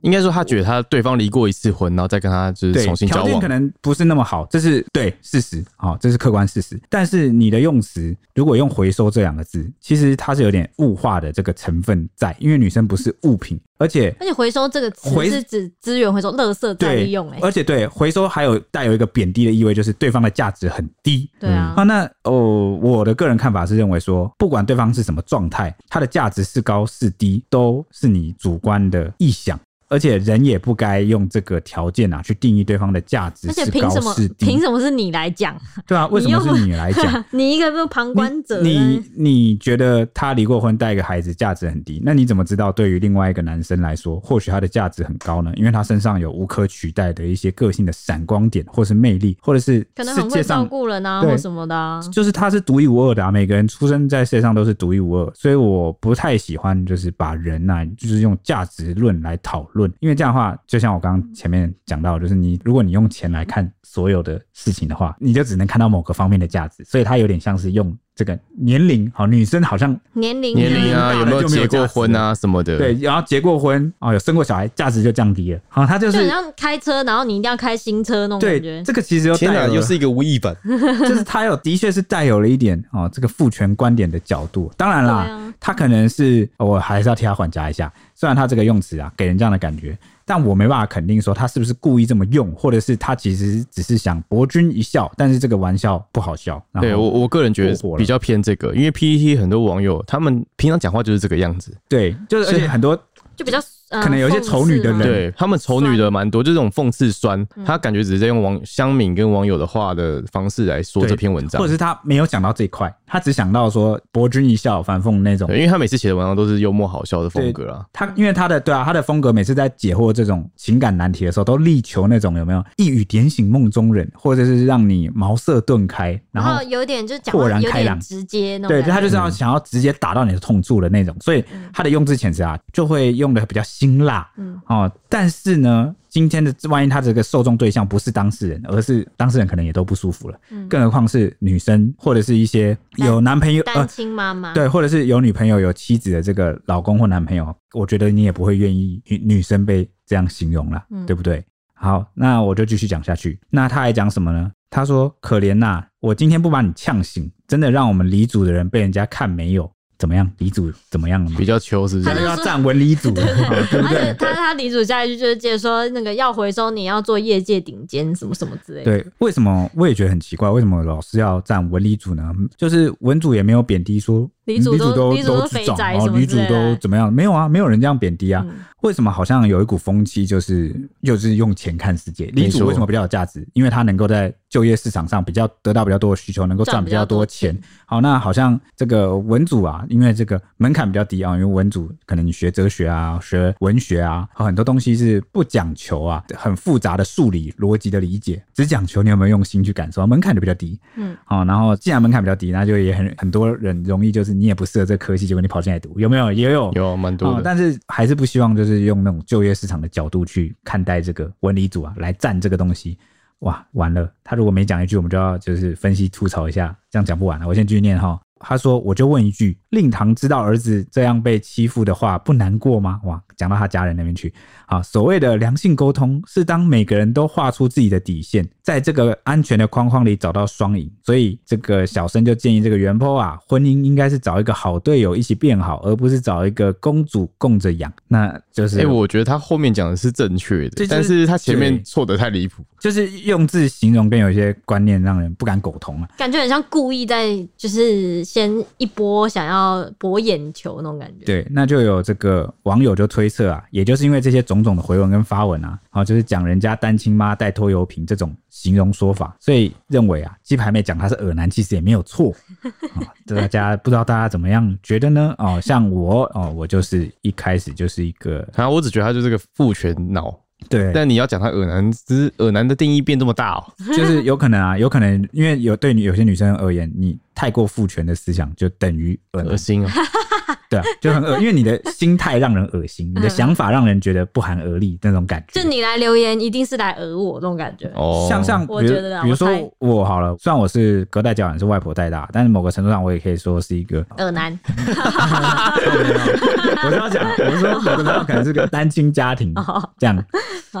S2: 应该说，他觉得他对方离过一次婚，然后再跟他就是
S3: 对，
S2: 重新交
S3: 条件可
S2: 往。
S3: 能不是那么好，这是对事实，好、这是客观事实。但是你的用词，如果用“回收”这两个字，其实它是有点物化的这个成分在，因为女生不是物品，而且
S1: 而且“回收”这个词
S3: 回
S1: 是指资源回收、垃圾再
S3: 对
S1: 利用、欸，哎，
S3: 而且对回收还有带有一个贬低的意味，就是对方的价值很低。
S1: 对啊，
S3: 啊，那哦，我的个人看法是认为说，不管对方是什么状态，它的价值是高是低，都是你主观的臆想，而且人也不该用这个条件啊去定义对方的价值
S1: 而且
S3: 是
S1: 凭
S3: 高
S1: 什么
S3: 是？
S1: 凭
S3: 低，
S1: 什么是你来讲？
S3: 对啊，为什么
S1: 你
S3: 是
S1: 又
S3: 你来 讲？
S1: 你一个不旁观者，
S3: 你你你觉得他离过婚带一个孩子价值很低，那你怎么知道对于另外一个男生来说，或许他的价值很高呢？因为他身上有无可取代的一些个性的闪光点，或是魅力，或者是
S1: 可能
S3: 世
S1: 很
S3: 界
S1: 会照
S3: 上
S1: 顾人啊，
S3: 对
S1: 或什么的、啊。
S3: 就是他是独一无二的、啊，每个人出生在世界上都是独一无二，所以我不太喜欢就是把人呐、就是用价值论来讨论，因为这样的话，就像我刚刚前面讲到，就是你如果你用钱来看所有的事情的话，你就只能看到某个方面的价值，所以它有点像是用这个年龄，好，女生好像
S1: 年龄
S2: 年龄啊，
S1: 大
S2: 有没有结过婚啊什么的？
S3: 对，，然后结过婚啊、哦有生过小孩，价值就降低了。好，他就
S1: 就很
S3: 是
S1: 像开车，然后你一定要开新车那种感
S3: 对
S1: 觉。
S3: 这个其实又
S2: 天
S3: 带
S2: 哪，
S3: 有
S2: 又是一个啊吴亦凡，
S3: 就是他有的确是带有了一点哦这个父权观点的角度。当然啦，
S1: 对啊
S3: 他可能是哦我还是要替他缓夹一下，虽然他这个用词啊给人这样的感觉，但我没办法肯定说他是不是故意这么用，或者是他其实只是想博君一笑，但是这个玩笑不好笑。然后
S2: 对我我个人觉
S3: 过火
S2: 得
S3: 了
S2: 比较偏这个，因为 PPT 很多网友他们平常讲话就是这个样子，
S3: 对，就是而
S2: 所以
S3: 且很多
S1: 就比较呃
S3: 可能有一些丑女的
S1: 讽刺
S3: 人
S1: 嘛
S2: 对他们丑女的蛮多，就这种讽刺酸，他感觉只是在用网乡民跟网友的话的方式来说
S3: 对
S2: 这篇文章
S3: 或者，是他没有想到这一块，他只想到说博君一笑反讽那种
S2: 对，因为他每次写的文章都是幽默好笑的风格啦。
S3: 他因为他的对啊，他的风格每次在解惑这种情感难题的时候，都力求那种有没有一语点醒梦中人，或者是让你茅塞顿开，然
S1: 然
S3: 后
S1: 后有点就讲
S3: 豁
S1: 话
S3: 然
S1: 哦有
S3: 开朗
S1: 点直接那种
S3: 对，
S1: 感觉。
S3: 他就是要想要直接打到你的痛处的那种，所以他的用字遣词啊，就会用的比较辛辣，
S1: 嗯
S3: 哦，但是呢，今天的万一他这个受众对象不是当事人，而是当事人可能也都不舒服了，
S1: 嗯
S3: 更何况是女生或者是一些有男朋友呃
S1: 单亲妈妈，
S3: 对，或者是有女朋友、有妻子的这个老公或男朋友，我觉得你也不会愿意女女生被这样形容啦，
S1: 嗯
S3: 对不对？好，那我就继续讲下去。那他还讲什么呢？他说：“可怜呐、我今天不把你呛醒，真的让我们黎族的人被人家看没有怎么样？黎族怎么 样了吗
S2: 比？较秋是不？
S3: 他就是要站稳黎族，哦对不
S1: 而且
S3: 对？
S1: 他他李主下一句就是接着说那个要回收，你要做业界顶尖什么什么之类的。
S3: 对，为什么我也觉得很奇怪？为什么老师要站文理组呢？就是文组也没有贬低说嗯
S1: 理组都
S3: 都
S1: 理组都
S3: 都
S1: 肥
S3: 智障
S1: 宅
S3: 然后
S1: 什么
S3: 理
S1: 之
S3: 组
S1: 类
S3: 都
S1: 的
S3: 怎么样？没有啊，没有人这样贬低啊。
S1: 嗯
S3: 为什么好像有一股风气，就是就是用钱看世界？理组
S2: 错
S3: 为什么比较有价值？因为它能够在就业市场上比较得到比较多的需求，能够赚
S1: 赚
S3: 比
S1: 比
S3: 较
S1: 较
S3: 多
S1: 多
S3: 钱
S1: 钱。
S3: 好，那好像这个文组啊，因为这个门槛比较低啊，因为文组可能你学哲学啊、学文学啊，很多东西是不讲求啊很复杂的数理逻辑的理解，只讲求你有没有用心去感受，门槛就比较低。
S1: 嗯，
S3: 好，然后既然门槛比较低，那就也很很多人容易就是你也不适合这科系，结果你跑进来读，有没有？也有
S2: 有蛮多
S3: 哦
S2: 的，
S3: 但是还是不希望就是用那种就业市场的角度去看待这个文理组啊，来占这个东西。哇，完了，他如果没讲一句，我们就要就是分析吐槽一下，这样讲不完了。我先继续念哈。他说：“我就问一句，令堂知道儿子这样被欺负的话，不难过吗？”哇，讲到他家人那边去啊。所谓的良性沟通，是当每个人都画出自己的底线，在这个安全的框框里找到双赢。所以这个小生就建议这个袁坡啊，婚姻应该是找一个好队友一起变好，而不是找一个公主供着养。那就是，
S2: 哎、我觉得他后面讲的是正确
S3: 这就
S2: 的
S3: 是，
S2: 但是他前
S3: 对
S2: 面错的太离谱。
S3: 就是用字形容跟有一些观念让人不敢苟同啊。
S1: 感觉很像故意在就是先一波想要博眼球那种感觉。
S3: 对，那就有这个网友就推测啊，也就是因为这些种种的回文跟发文啊，好、就是讲人家单亲妈带拖油瓶这种形容说法，所以认为啊，鸡排妹讲她是耳男其实也没有错。啊，这大家不知道大家怎么样觉得呢？哦，像我哦，我就是一开始就是一个
S2: 啊，我只觉得他就是个父权脑。
S3: 对，
S2: 但你要讲他耳男，只是耳男的定义变这么大哦。
S3: 就是有可能啊，有可能因为有对你有些女生而言，你太过父权的思想就等于耳男
S2: 恶 心哦！
S3: 对啊，就很恶，因为你的心态让人恶心，你的想法让人觉得不寒而栗那种感觉。
S1: 就你来留言，一定是来讹我这种感觉。
S2: 哦，
S3: 像像，比
S1: 我
S3: 如
S1: 觉得啊
S3: 比如
S1: 我
S3: 说
S1: 猜
S3: 我好了，虽然我是隔代教养，是外婆带大，但是某个程度上，我也可以说是一 个，
S1: 耳男，
S3: 我是要 讲，我是说某个程度上可能是个单亲家庭
S1: 哦
S3: 这样，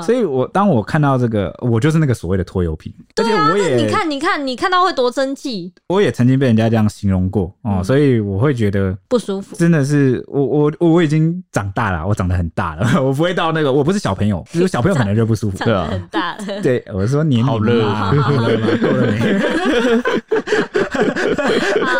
S3: 所以我当我看到这个，我就是那个所谓的拖油瓶，而且我
S1: 啊你
S3: 也
S1: 看，你看，你看到会多生气，
S3: 我也曾经被人家这样形容过哦，
S1: 嗯
S3: 所以我会觉得
S1: 不舒服。
S3: 真的是我我我我已经长大了，我长得很大了， 我不会到那个，我不是小朋友，就是小朋友可能就不舒服，
S1: 长
S2: 对
S1: 得
S2: 啊
S1: 很大了，
S3: 对，我说年龄
S2: 好热啊
S3: 嘛 好热嘛够了没？
S1: 啊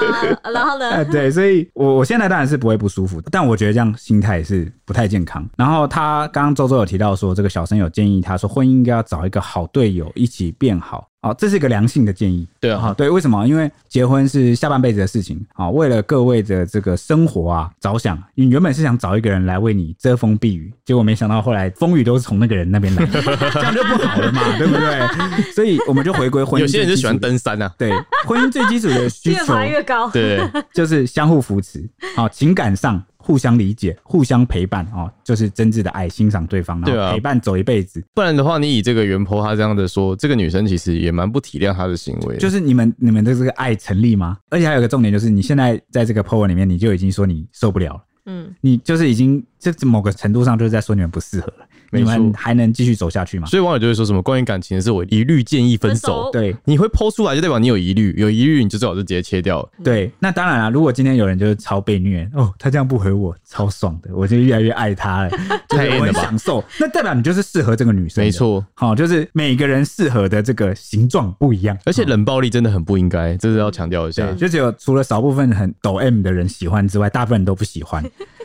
S1: 然 后
S3: 哎，
S1: 呢？
S3: 对，所以我我现在当然是不会不舒服，但我觉得这样心态是不太健康。然后他刚刚周周有提到说，这个小生有建议他说，婚姻应该要找一个好队友一起变好。哦，这是一个良性的建议。
S2: 对啊
S3: 好对，为什么？因为结婚是下半辈子的事情啊、为了各位的这个生活啊着想，你原本是想找一个人来为你遮风避雨，结果没想到后来风雨都是从那个人那边来的，这样就不好了嘛，对不对？所以我们就回归婚姻。
S2: 有些人就喜欢，登山啊。
S3: 对，婚姻最基础的需
S1: 越
S3: 求
S1: 爬越高，
S2: 对，
S3: 就是相互扶持，好、情感上互相理解、互相陪伴哦，就是真挚的爱，欣赏对方，然
S2: 对啊
S3: 后陪伴走一辈子。
S2: 不然的话，你以这个袁婆她这样的说，这个女生其实也蛮不体谅她的行为的，
S3: 就是你们你们的这个爱成立吗？而且还有一个重点就是，你现在在这个 po 文里面，你就已经说你受不了了，
S1: 嗯，
S3: 你就是已经这这某个程度上就是在说你们不适合了，
S2: 没
S3: 你
S2: 错
S3: 们还能继续走下去吗？
S2: 所以网友就会说什么关于感情的事，我一律建议分手。
S1: 分手
S3: 对
S2: 你会剖出来就代表你有疑虑，有疑虑你就最好就直接切掉了。
S3: 对，那当然了、如果今天有人就是超被虐哦，他这样不回我，超爽的，我就越来越爱他了，就是
S2: 太 M
S3: 我
S2: 了
S3: 很
S2: 吧
S3: 享受，那代表你就是适合这个女生，
S2: 没。错，
S3: 好、就是每个人适合的这个形状不一样，
S2: 而且冷暴力真的很不应该，这是要强调一下
S3: 对，。就只有除了少部分很抖 M 的人喜欢之外，大部分人都不喜 欢。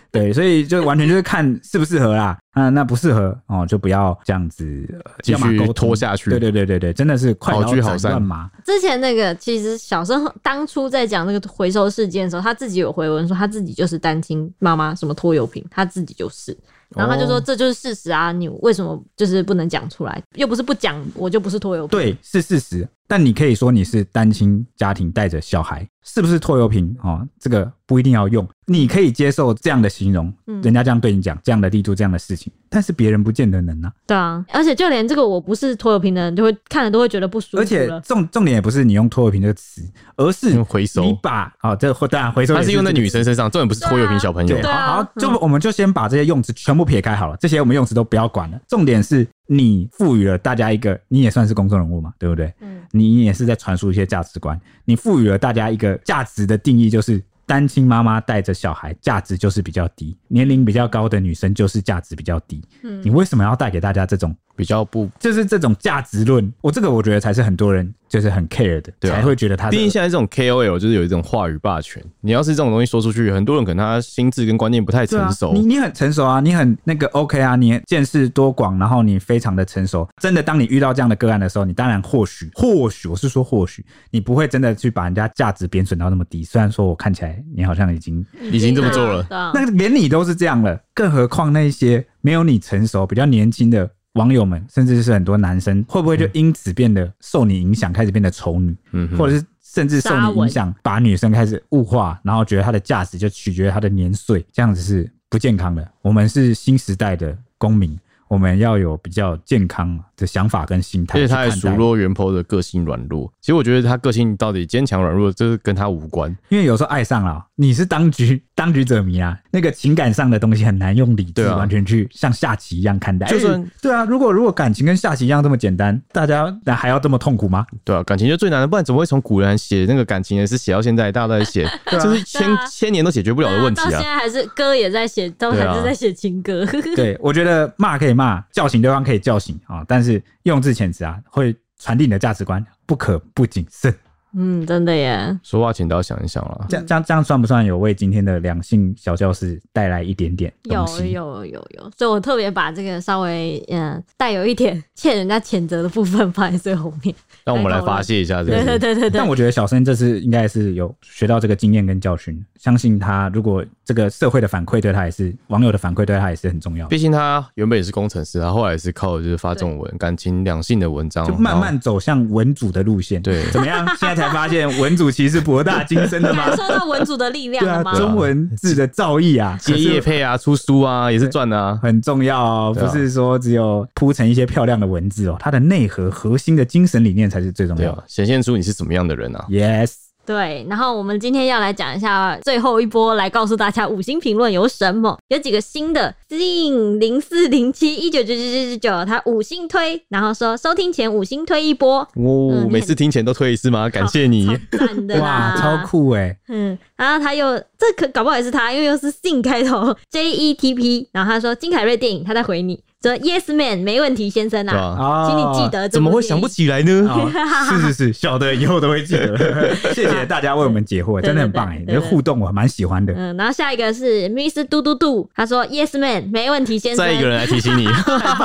S3: 对，所以就完全就是看适不适合啦。啊，那不适合哦，就不要这样子呃
S2: 继
S3: 要么
S2: 续
S3: 沟通
S2: 拖下去
S3: 对对对对对，真的是快
S2: 好
S3: 刀
S2: 聚好
S3: 斩
S2: 散
S3: 乱麻。
S1: 之前那个其实小生当初在讲那个回收事件的时候，他自己有回文说他自己就是单亲妈妈，什么拖油瓶，他自己就是。然后他就说
S2: 哦
S1: 这就是事实啊，你为什么就是不能讲出来？又不是不讲，我就不是拖油瓶。
S3: 对，是事实。但你可以说你是单亲家庭带着小孩，是不是拖油瓶哦？这个不一定要用，你可以接受这样的形容，
S1: 嗯
S3: 人家这样对你讲这样的力度这样的事情，但是别人不见得能啊。
S1: 对啊，而且就连这个我不是拖油瓶的人，就会看了都会觉得不舒服
S3: 而且
S1: 了。
S3: 重重点也不是你用拖油瓶这个词，而是
S2: 用回收
S3: 你把哦，这回当然回收
S2: 她
S3: 也
S2: 是用在
S3: 这个
S2: 女生身上，重点不是拖油瓶小朋友
S3: 对，。
S1: 对啊
S3: 好，好
S1: 嗯
S3: 就我们就先把这些用词全部撇开好了，这些我们用词都不要管了。重点是你赋予了大家一个，你也算是公众人物嘛，对不对？
S1: 嗯
S3: 你也是在传输一些价值观，你赋予了大家一个价值的定义，就是单亲妈妈带着小孩，价值就是比较低，年龄比较高的女生就是价值比较低。
S1: 嗯
S3: 你为什么要带给大家这种
S2: 比较不
S3: 就是这种价值论，我这个我觉得才是很多人就是很 care 的，
S2: 对啊
S3: 才会觉得他
S2: 毕竟
S3: 是
S2: 现在这种 KOL 就是有一种话语霸权，你要是这种东西说出去，很多人可能他心智跟观念不太
S3: 对啊
S2: 成熟，
S3: 你你很成熟啊，你很那个 OK 啊，你见识多广，然后你非常的成熟。真的，当你遇到这样的个案的时候，你当然或许或许我是说或许你不会真的去把人家价值贬损到那么低。虽然说我看起来你好像已经，
S2: 已经这么做了
S1: 对啊
S3: 那连你都是这样了，更何况那些没有你成熟、比较年轻的。网友们，甚至是很多男生，会不会就因此变得受你影响，开始变得丑女？
S2: 嗯哼，
S3: 或者是甚至受你影响，把女生开始物化，然后觉得她的价值就取决于她的年岁，这样子是不健康的。我们是新时代的公民，我们要有比较健康的想法跟心态
S2: 而且
S3: 去
S2: 他
S3: 看
S2: 还
S3: 待。
S2: 数落袁婆的个性软弱，其实我觉得他个性到底坚强软弱，这是跟他无关。
S3: 因为有时候爱上了，你是当局 当局者迷啊，那个情感上的东西很难用理智
S2: 对啊
S3: 完全去像下棋一样看待。
S2: 就算
S3: 哎对啊，如果如果感情跟下棋一样这么简单，大家那还要这么痛苦吗？
S2: 对啊，感情就最难的，不然怎么会从古人写那个感情也是写到现在，大家都在 写，这是千
S1: 对啊
S2: 千年都解决不了的问题
S1: 到现
S2: 啊。
S1: 在还是歌也在写，都
S2: 对啊
S1: 还是在写情歌。
S3: 对，我觉得骂可以骂，叫醒对方可以叫醒啊、但是用字遣词啊，会传递你的价值观，不可不谨慎。
S1: 嗯，真的耶。
S2: 说话请都要想一想啦。
S3: 这样这样这样算不算有为今天的两性小教室带来一点点
S1: 有
S3: 东西？
S1: 有有有，所以我特别把这个稍微嗯带有一点欠人家谴责的部分放在最后面。
S2: 让我们来发泄一下这
S1: 对对
S2: 个。
S1: 对对对
S3: 但，我觉得小生这次应该是有学到这个经验跟教训，相信他如果这个社会的反馈对他也是网友的反馈对他也是很重要的，
S2: 毕竟他原本也是工程师，他后来也是靠就是发这种文感情两性的文章，
S3: 就慢
S2: 然后
S3: 慢走向文主的路线。
S2: 对
S3: 怎么样？现在才发现文主其实是博大精深的吗
S1: 感？受到文主的力量
S3: 对
S1: 了
S3: 啊
S1: 吗，？
S3: 中文字的造 诣啊，
S2: 接业配啊、出书啊也是赚的啊。
S3: 很重要哦，
S2: 对啊
S3: 不是说只有铺成一些漂亮的文字哦，它的内核、核心的精神理念才是最重
S2: 对
S3: 要的
S2: 啊。，显现出你是什么样的人啊？
S3: Yes，
S1: 对，然后我们今天要来讲一下最后一波，来告诉大家五星评论有什么，有几个新的 zin 零四零七一九九九九九九，他五星推，然后说收听前五星推一波，嗯你
S2: 哦，
S1: 很
S2: 每次听前都推一次吗？感谢你
S1: 超，赞的啦
S3: 哇，，超酷哎！
S1: 嗯，然后他又这可搞不好也是他，因为又是 sin 开头 J E T P，然后他说金凯瑞电影，他在回你说 Yes man，没问题先生
S2: 对
S1: 啊，
S2: 吧？
S3: 啊
S1: 请你记？得这
S2: 怎么
S1: 部
S2: 会
S1: 电
S2: 想不
S1: 影
S2: 起来呢？
S3: 哦是是是，小的以后都会记得。 谢谢大家为我们解
S1: 对
S3: 惑，
S1: 对
S3: 真的很棒哎！
S1: 对
S3: 你
S1: 对
S3: 的互动我蛮喜欢的。
S1: 嗯，然后下一个是 Miss 嘟嘟嘟，他说 Yes man，没问题先生，
S2: 再一个人来提 醒你，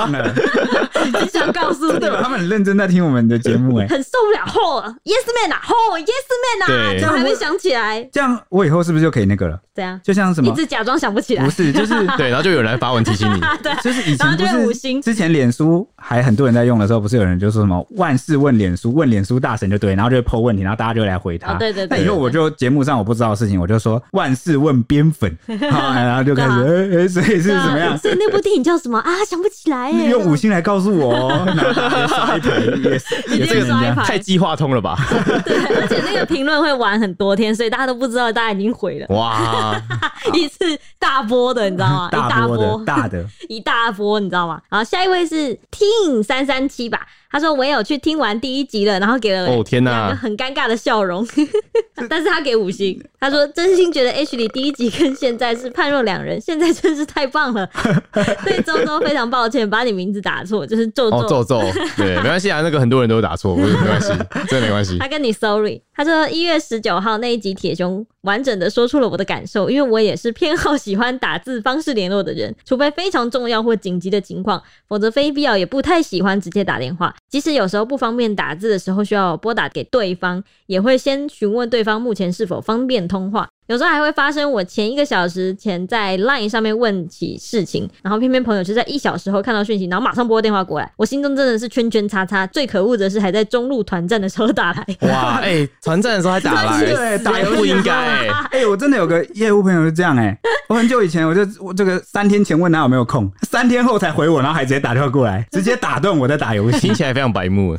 S1: 只想告诉你
S3: 对，。他们很认真在听我们的节目 哎。
S1: 很受不了吼、y e s man 啊，吼、y e s man 啊，
S2: 对
S1: 怎么还没想起来？
S3: 这样我以后是不是就可以那个了？
S1: 怎样？
S3: 就像什
S1: 一
S3: 么？
S1: 直假装想不起来
S3: 不，是，就是
S2: 对，然后就有人来发文提醒你，
S1: 对，
S3: 就是以
S1: 然后
S3: 前
S1: 就
S3: 不
S1: 会五
S3: 是
S1: 星
S3: 之前脸书还很多人在用的时候，不是有人就说什么万事问脸书，问脸书大神就对，然后就会 po 问题，然后大家就会来回他。
S1: 哦对对对
S3: 那以后我就节目上我不知道的事情，我就说万事问 边粉，好然后就开始，哎、哎所以是
S1: 对啊
S3: 怎么样？
S1: 所以那部电影叫什么啊？想不起来耶。
S3: 用五星来告诉我 哦，然后大家刷一排，也是
S1: 一
S3: 也
S1: 定要
S3: 是
S1: 刷一
S3: 人家。
S1: 排，
S2: 太计划通了吧？
S1: 对，而且那个评论会玩很多天，所以大家都不知道，大家已经毁了
S2: 哇，
S1: 一次大波的，你知道吗？一
S3: 大波
S1: 波
S3: 的，大的，
S1: 一大波，你知道吗？然后下一位是 Teen 三三七吧，他说我也有去听完第一集了，然后给了
S2: 哦天
S1: 两个
S2: 哪，
S1: 很尴尬的笑容， 但是他给五星，他说真心觉得 H 里第一集跟现在是判若两人，现在真是太棒了。 对周周非常抱歉，把你名字打错，就是周
S2: 哦
S1: 周。
S2: 皱皱，对，没关系啊，那个很多人都有打错，不是没 关系，真的没关系
S1: 他。跟你 sorry，他说一月十九号那一集铁熊完整的说出了我的感受，因为我也是偏好喜欢打字方式联络的人，除非非常重要或紧急的情况，否则非必要也不太喜欢直接打电话。即使有时候不方便打字的时候，需要拨打给对方，也会先询问对方目前是否方便通话。有时候还会发生，我前一个小时前在 LINE 上面问起事情，然后偏偏朋友就在一小时后看到讯息，然后马上拨电话过来。我心中真的是圈圈叉叉。最可恶的是，还在中路团战的时候打 来。
S2: 哇，哎，团战的时候还 打来，
S3: 对，打游戏
S2: 不应该哎
S3: 哎、我真的有个业务朋友是这样哎、我很久以前我就我这个三天前问他有没有空，三天后才回我，然后还直接打电话 过来，直接打断我在打游戏
S2: 听，起来非常白目。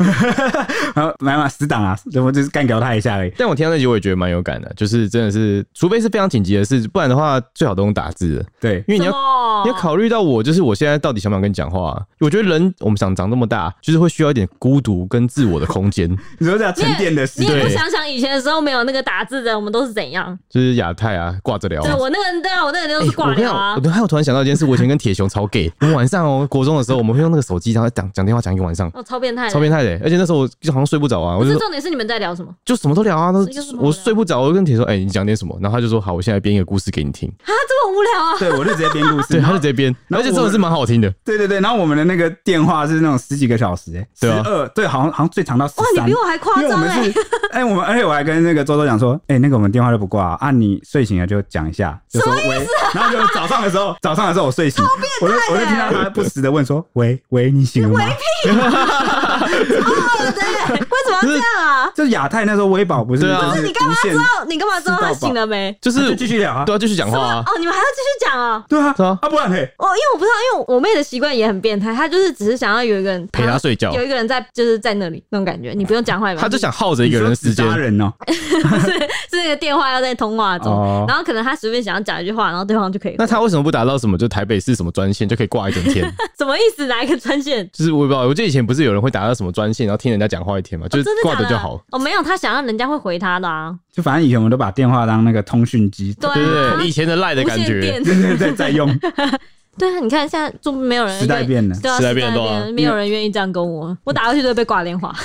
S3: 然后买嘛死党啊，我就是干掉他一下而已。
S2: 但我听到那集，我也觉得蛮有感的，就是真的是，除非是非常紧急的事，不然的话最好都用打字的，
S3: 对，
S2: 因为你
S1: 什
S2: 要
S1: 么
S2: 你要考虑到我，就是我现在到底想不想跟你讲话、我觉得人我们想长这么大，就是会需要一点孤独跟自我的空间。
S3: 你说这样沉淀的时
S1: 你也
S3: 间
S1: 不
S2: 对
S1: 想想以前的时候没有那个打字的，我们都是怎样？
S2: 就是亚太啊，挂着聊啊、
S1: 对我那个人，对啊，我那个人
S2: 哎
S1: 都是挂
S2: 我跟你
S1: 掉
S2: 讲
S1: 啊
S2: 我。还有突然想到一件事，我以前跟铁熊超 gay，我们 晚上哦，国中的时候我们会用那个手机，然后讲讲电话讲一个晚上，
S1: 哦，超变态的！
S2: 超变态的、而且那时候我就好像睡不着啊，我
S1: 不
S2: 就是说
S1: 重点是你们在聊什么？
S2: 就什么都聊啊，那
S1: 这就是什么
S2: 我睡不着，我就跟铁熊哎、你讲点什么，然后他就说好，我现在编一个故事给你听，
S1: 啊，这么无聊啊！
S3: 对，我就直接编故事。
S2: 对，
S3: 然
S2: 他就
S3: 后
S2: 直接编，
S3: 然
S2: 而
S3: 后
S2: 且
S3: 我
S2: 真的是蛮好听的，
S3: 对对对，然后我们的那个电话是那种十几个小时、哎，十
S2: 对啊
S3: 二，对，好像好像最长到十
S1: 哇，你
S3: 三
S1: 比。我还夸
S3: 因为我
S1: 张
S3: 们
S1: 哎！
S3: 是，哎、我们，而且我还跟那个周周讲说，哎、那个我们电话都不挂啊，啊你睡醒了就讲一下，就说喂，
S1: 啊
S3: 然后就早上的时候，早上的时候我睡醒，我就我就听到他不时的问说，喂喂，你醒了吗？
S1: 对对，为什么要这样啊？
S3: 就是亚太那时候微保不是，
S2: 对啊
S3: 就是
S1: 你干嘛
S3: 无
S1: 知
S3: 线
S1: 道？哦你干嘛知道他
S3: 吃到饱
S1: 醒了没？
S2: 就
S3: 就是继续聊啊
S2: 都，要继续讲 话啊，
S1: 哦，你们还要继续讲啊？
S3: 对啊
S2: 是啊，
S3: 啊不然嘿，
S1: 哦，因为我不知道，因为我妹的习惯也很变态，她就是只是想要有一个人
S2: 陪她睡觉
S1: 有一个人在就是在那里那种感觉，你不用讲话也没
S2: 他
S1: 关
S2: 就
S1: 系，
S2: 想耗着一个人的时间
S3: 你说纸扎，人哦，
S1: 是那个电话要在通话中，
S3: 哦
S1: 然后可能她随便想要讲一句话，然后对方就可以。
S2: 那他为什么不打到什么就台北市什么专线就可以挂一整天？
S1: 什么意思？哪一个专线？
S2: 就是我也不知道，我记得以前不是有人会打到什么专线，然后听人家讲话一天嘛，
S1: 哦
S2: 就是
S1: 真的
S2: 挂
S1: 假
S2: 着
S1: 的？
S2: 就好。
S1: 哦，没有，她想要人家会回她的啊。
S3: 就反正以前我们都把电话当那个通讯机，
S1: 对
S2: 对对
S1: 啊，
S2: 对，以前的赖的
S1: 无
S2: 感
S1: 线
S2: 觉，
S1: 电。
S3: 对对对，在用，
S1: 对啊，你看现在就没有人
S3: 时代
S1: 愿意
S3: 变了
S1: 对啊，
S2: 时代
S1: 代
S2: 变了对啊
S1: 没有人愿意这样跟我，我打过去都会被挂电话，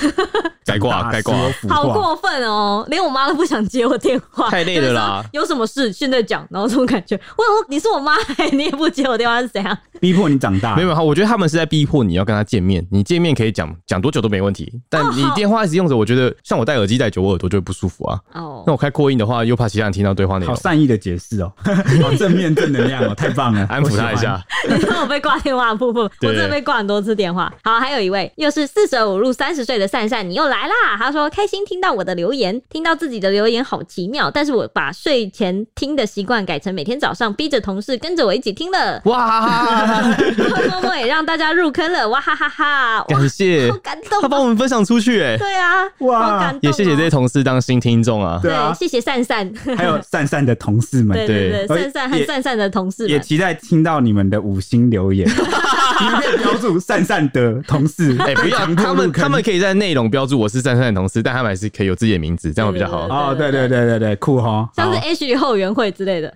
S2: 该
S1: 啊
S2: 挂该挂。啊
S1: 好过分哦！连我妈都不想接我电话，
S2: 太累了啦
S1: 就是说有什么事现在讲，然后这种感觉，我想说你是我妈、你也不接我电话是怎样？
S3: 逼迫你
S1: 哦
S3: 长大
S2: 没。有，他我觉得他们是在逼迫你要跟他见面。你见面可以讲讲多久都没问题，但
S1: 哦
S2: 你
S1: 好
S2: 电话一直用着，我觉得像我戴耳机戴久，我耳朵就会不舒服啊。
S1: 哦
S2: 那，我开扩音的话，又怕其他人听到对话内
S3: 好
S2: 容，
S3: 善意的解释哦， 好正面正能量哦，太棒了，
S2: 安抚他一下。
S1: 你说我被挂电话的部分，我
S2: 对
S1: 真的被挂很多次电话。好，还有一位又是四舍五入三十岁的善善，你又来啦！他说开心听到我的留言，听到自己的留言好奇妙，但是我把睡前听的习惯改成每天早上逼着同事跟着我一起听 了，
S2: 哇，
S1: 默默也让大家入坑了，哇哈哈哈！哇，
S2: 感谢
S1: 好感动哦、
S2: 他帮我们分享出去，哎，
S1: 对啊，
S3: 哇
S1: 好感动哦
S2: 也谢谢这些同事当新听众啊。
S3: 对啊
S1: 对，谢谢善 善，
S3: 喜欢，还有善善的同事们
S1: 对，对对，
S3: 对
S1: 善善和
S3: 也
S1: 善善的同事
S3: 也
S1: 们。
S3: 期待听到你们的五星留言，你们可以标注善善的同 事，
S2: 哎、不要，
S3: 强迫
S2: 他们
S3: 入坑
S2: 他们可以在内容标注我是三三的同事，但他们还是可以有自己的名字，这样会比较好。啊
S3: 哦，对对对对对，酷哈，
S1: 像是哎
S3: 好
S1: H 后援会之类的，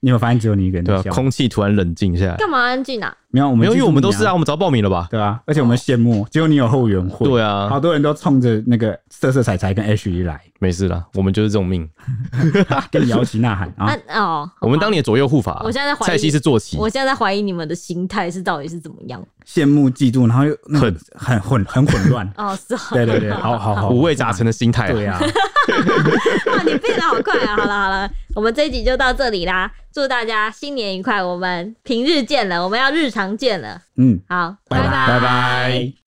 S3: 你有发现只有你一个人
S2: 对
S3: 在
S2: 啊，
S3: 笑，
S2: 空气突然冷静下来，
S1: 干嘛安静啊？
S3: 没有我们
S2: 没有，因为我们都
S3: 记住
S2: 是
S3: 你
S2: 啊，我，们早报名了吧？
S3: 对啊，而且我们羡慕，只有你有后援会，
S2: 对啊
S3: 好多人都冲着那个色色彩彩跟 H 一来，
S2: 没事啦，我们就是这种命。啊
S3: 跟你摇旗呐喊
S1: 啊
S3: 啊，
S1: 哦，
S2: 我们当
S1: 年，
S2: 年左右护法，啊
S1: 我现在在怀疑
S2: 蔡西是坐骑，
S1: 我现在在怀疑你们的心态是到底是怎么 样。，
S3: 羡慕嫉妒，然后又那
S2: 恨
S3: 很混很混乱
S1: 哦， 是啊，
S3: 对对对，好好好，啊
S2: 五味杂陈的心态、
S3: 对，啊，
S1: 哇，你变得好快啊！好了好了，我们这一集就到这里啦，祝大家新年愉快！我们平日见了，我们要日常见了。
S4: 嗯，
S1: 好，
S4: 拜
S1: 拜
S4: 拜拜。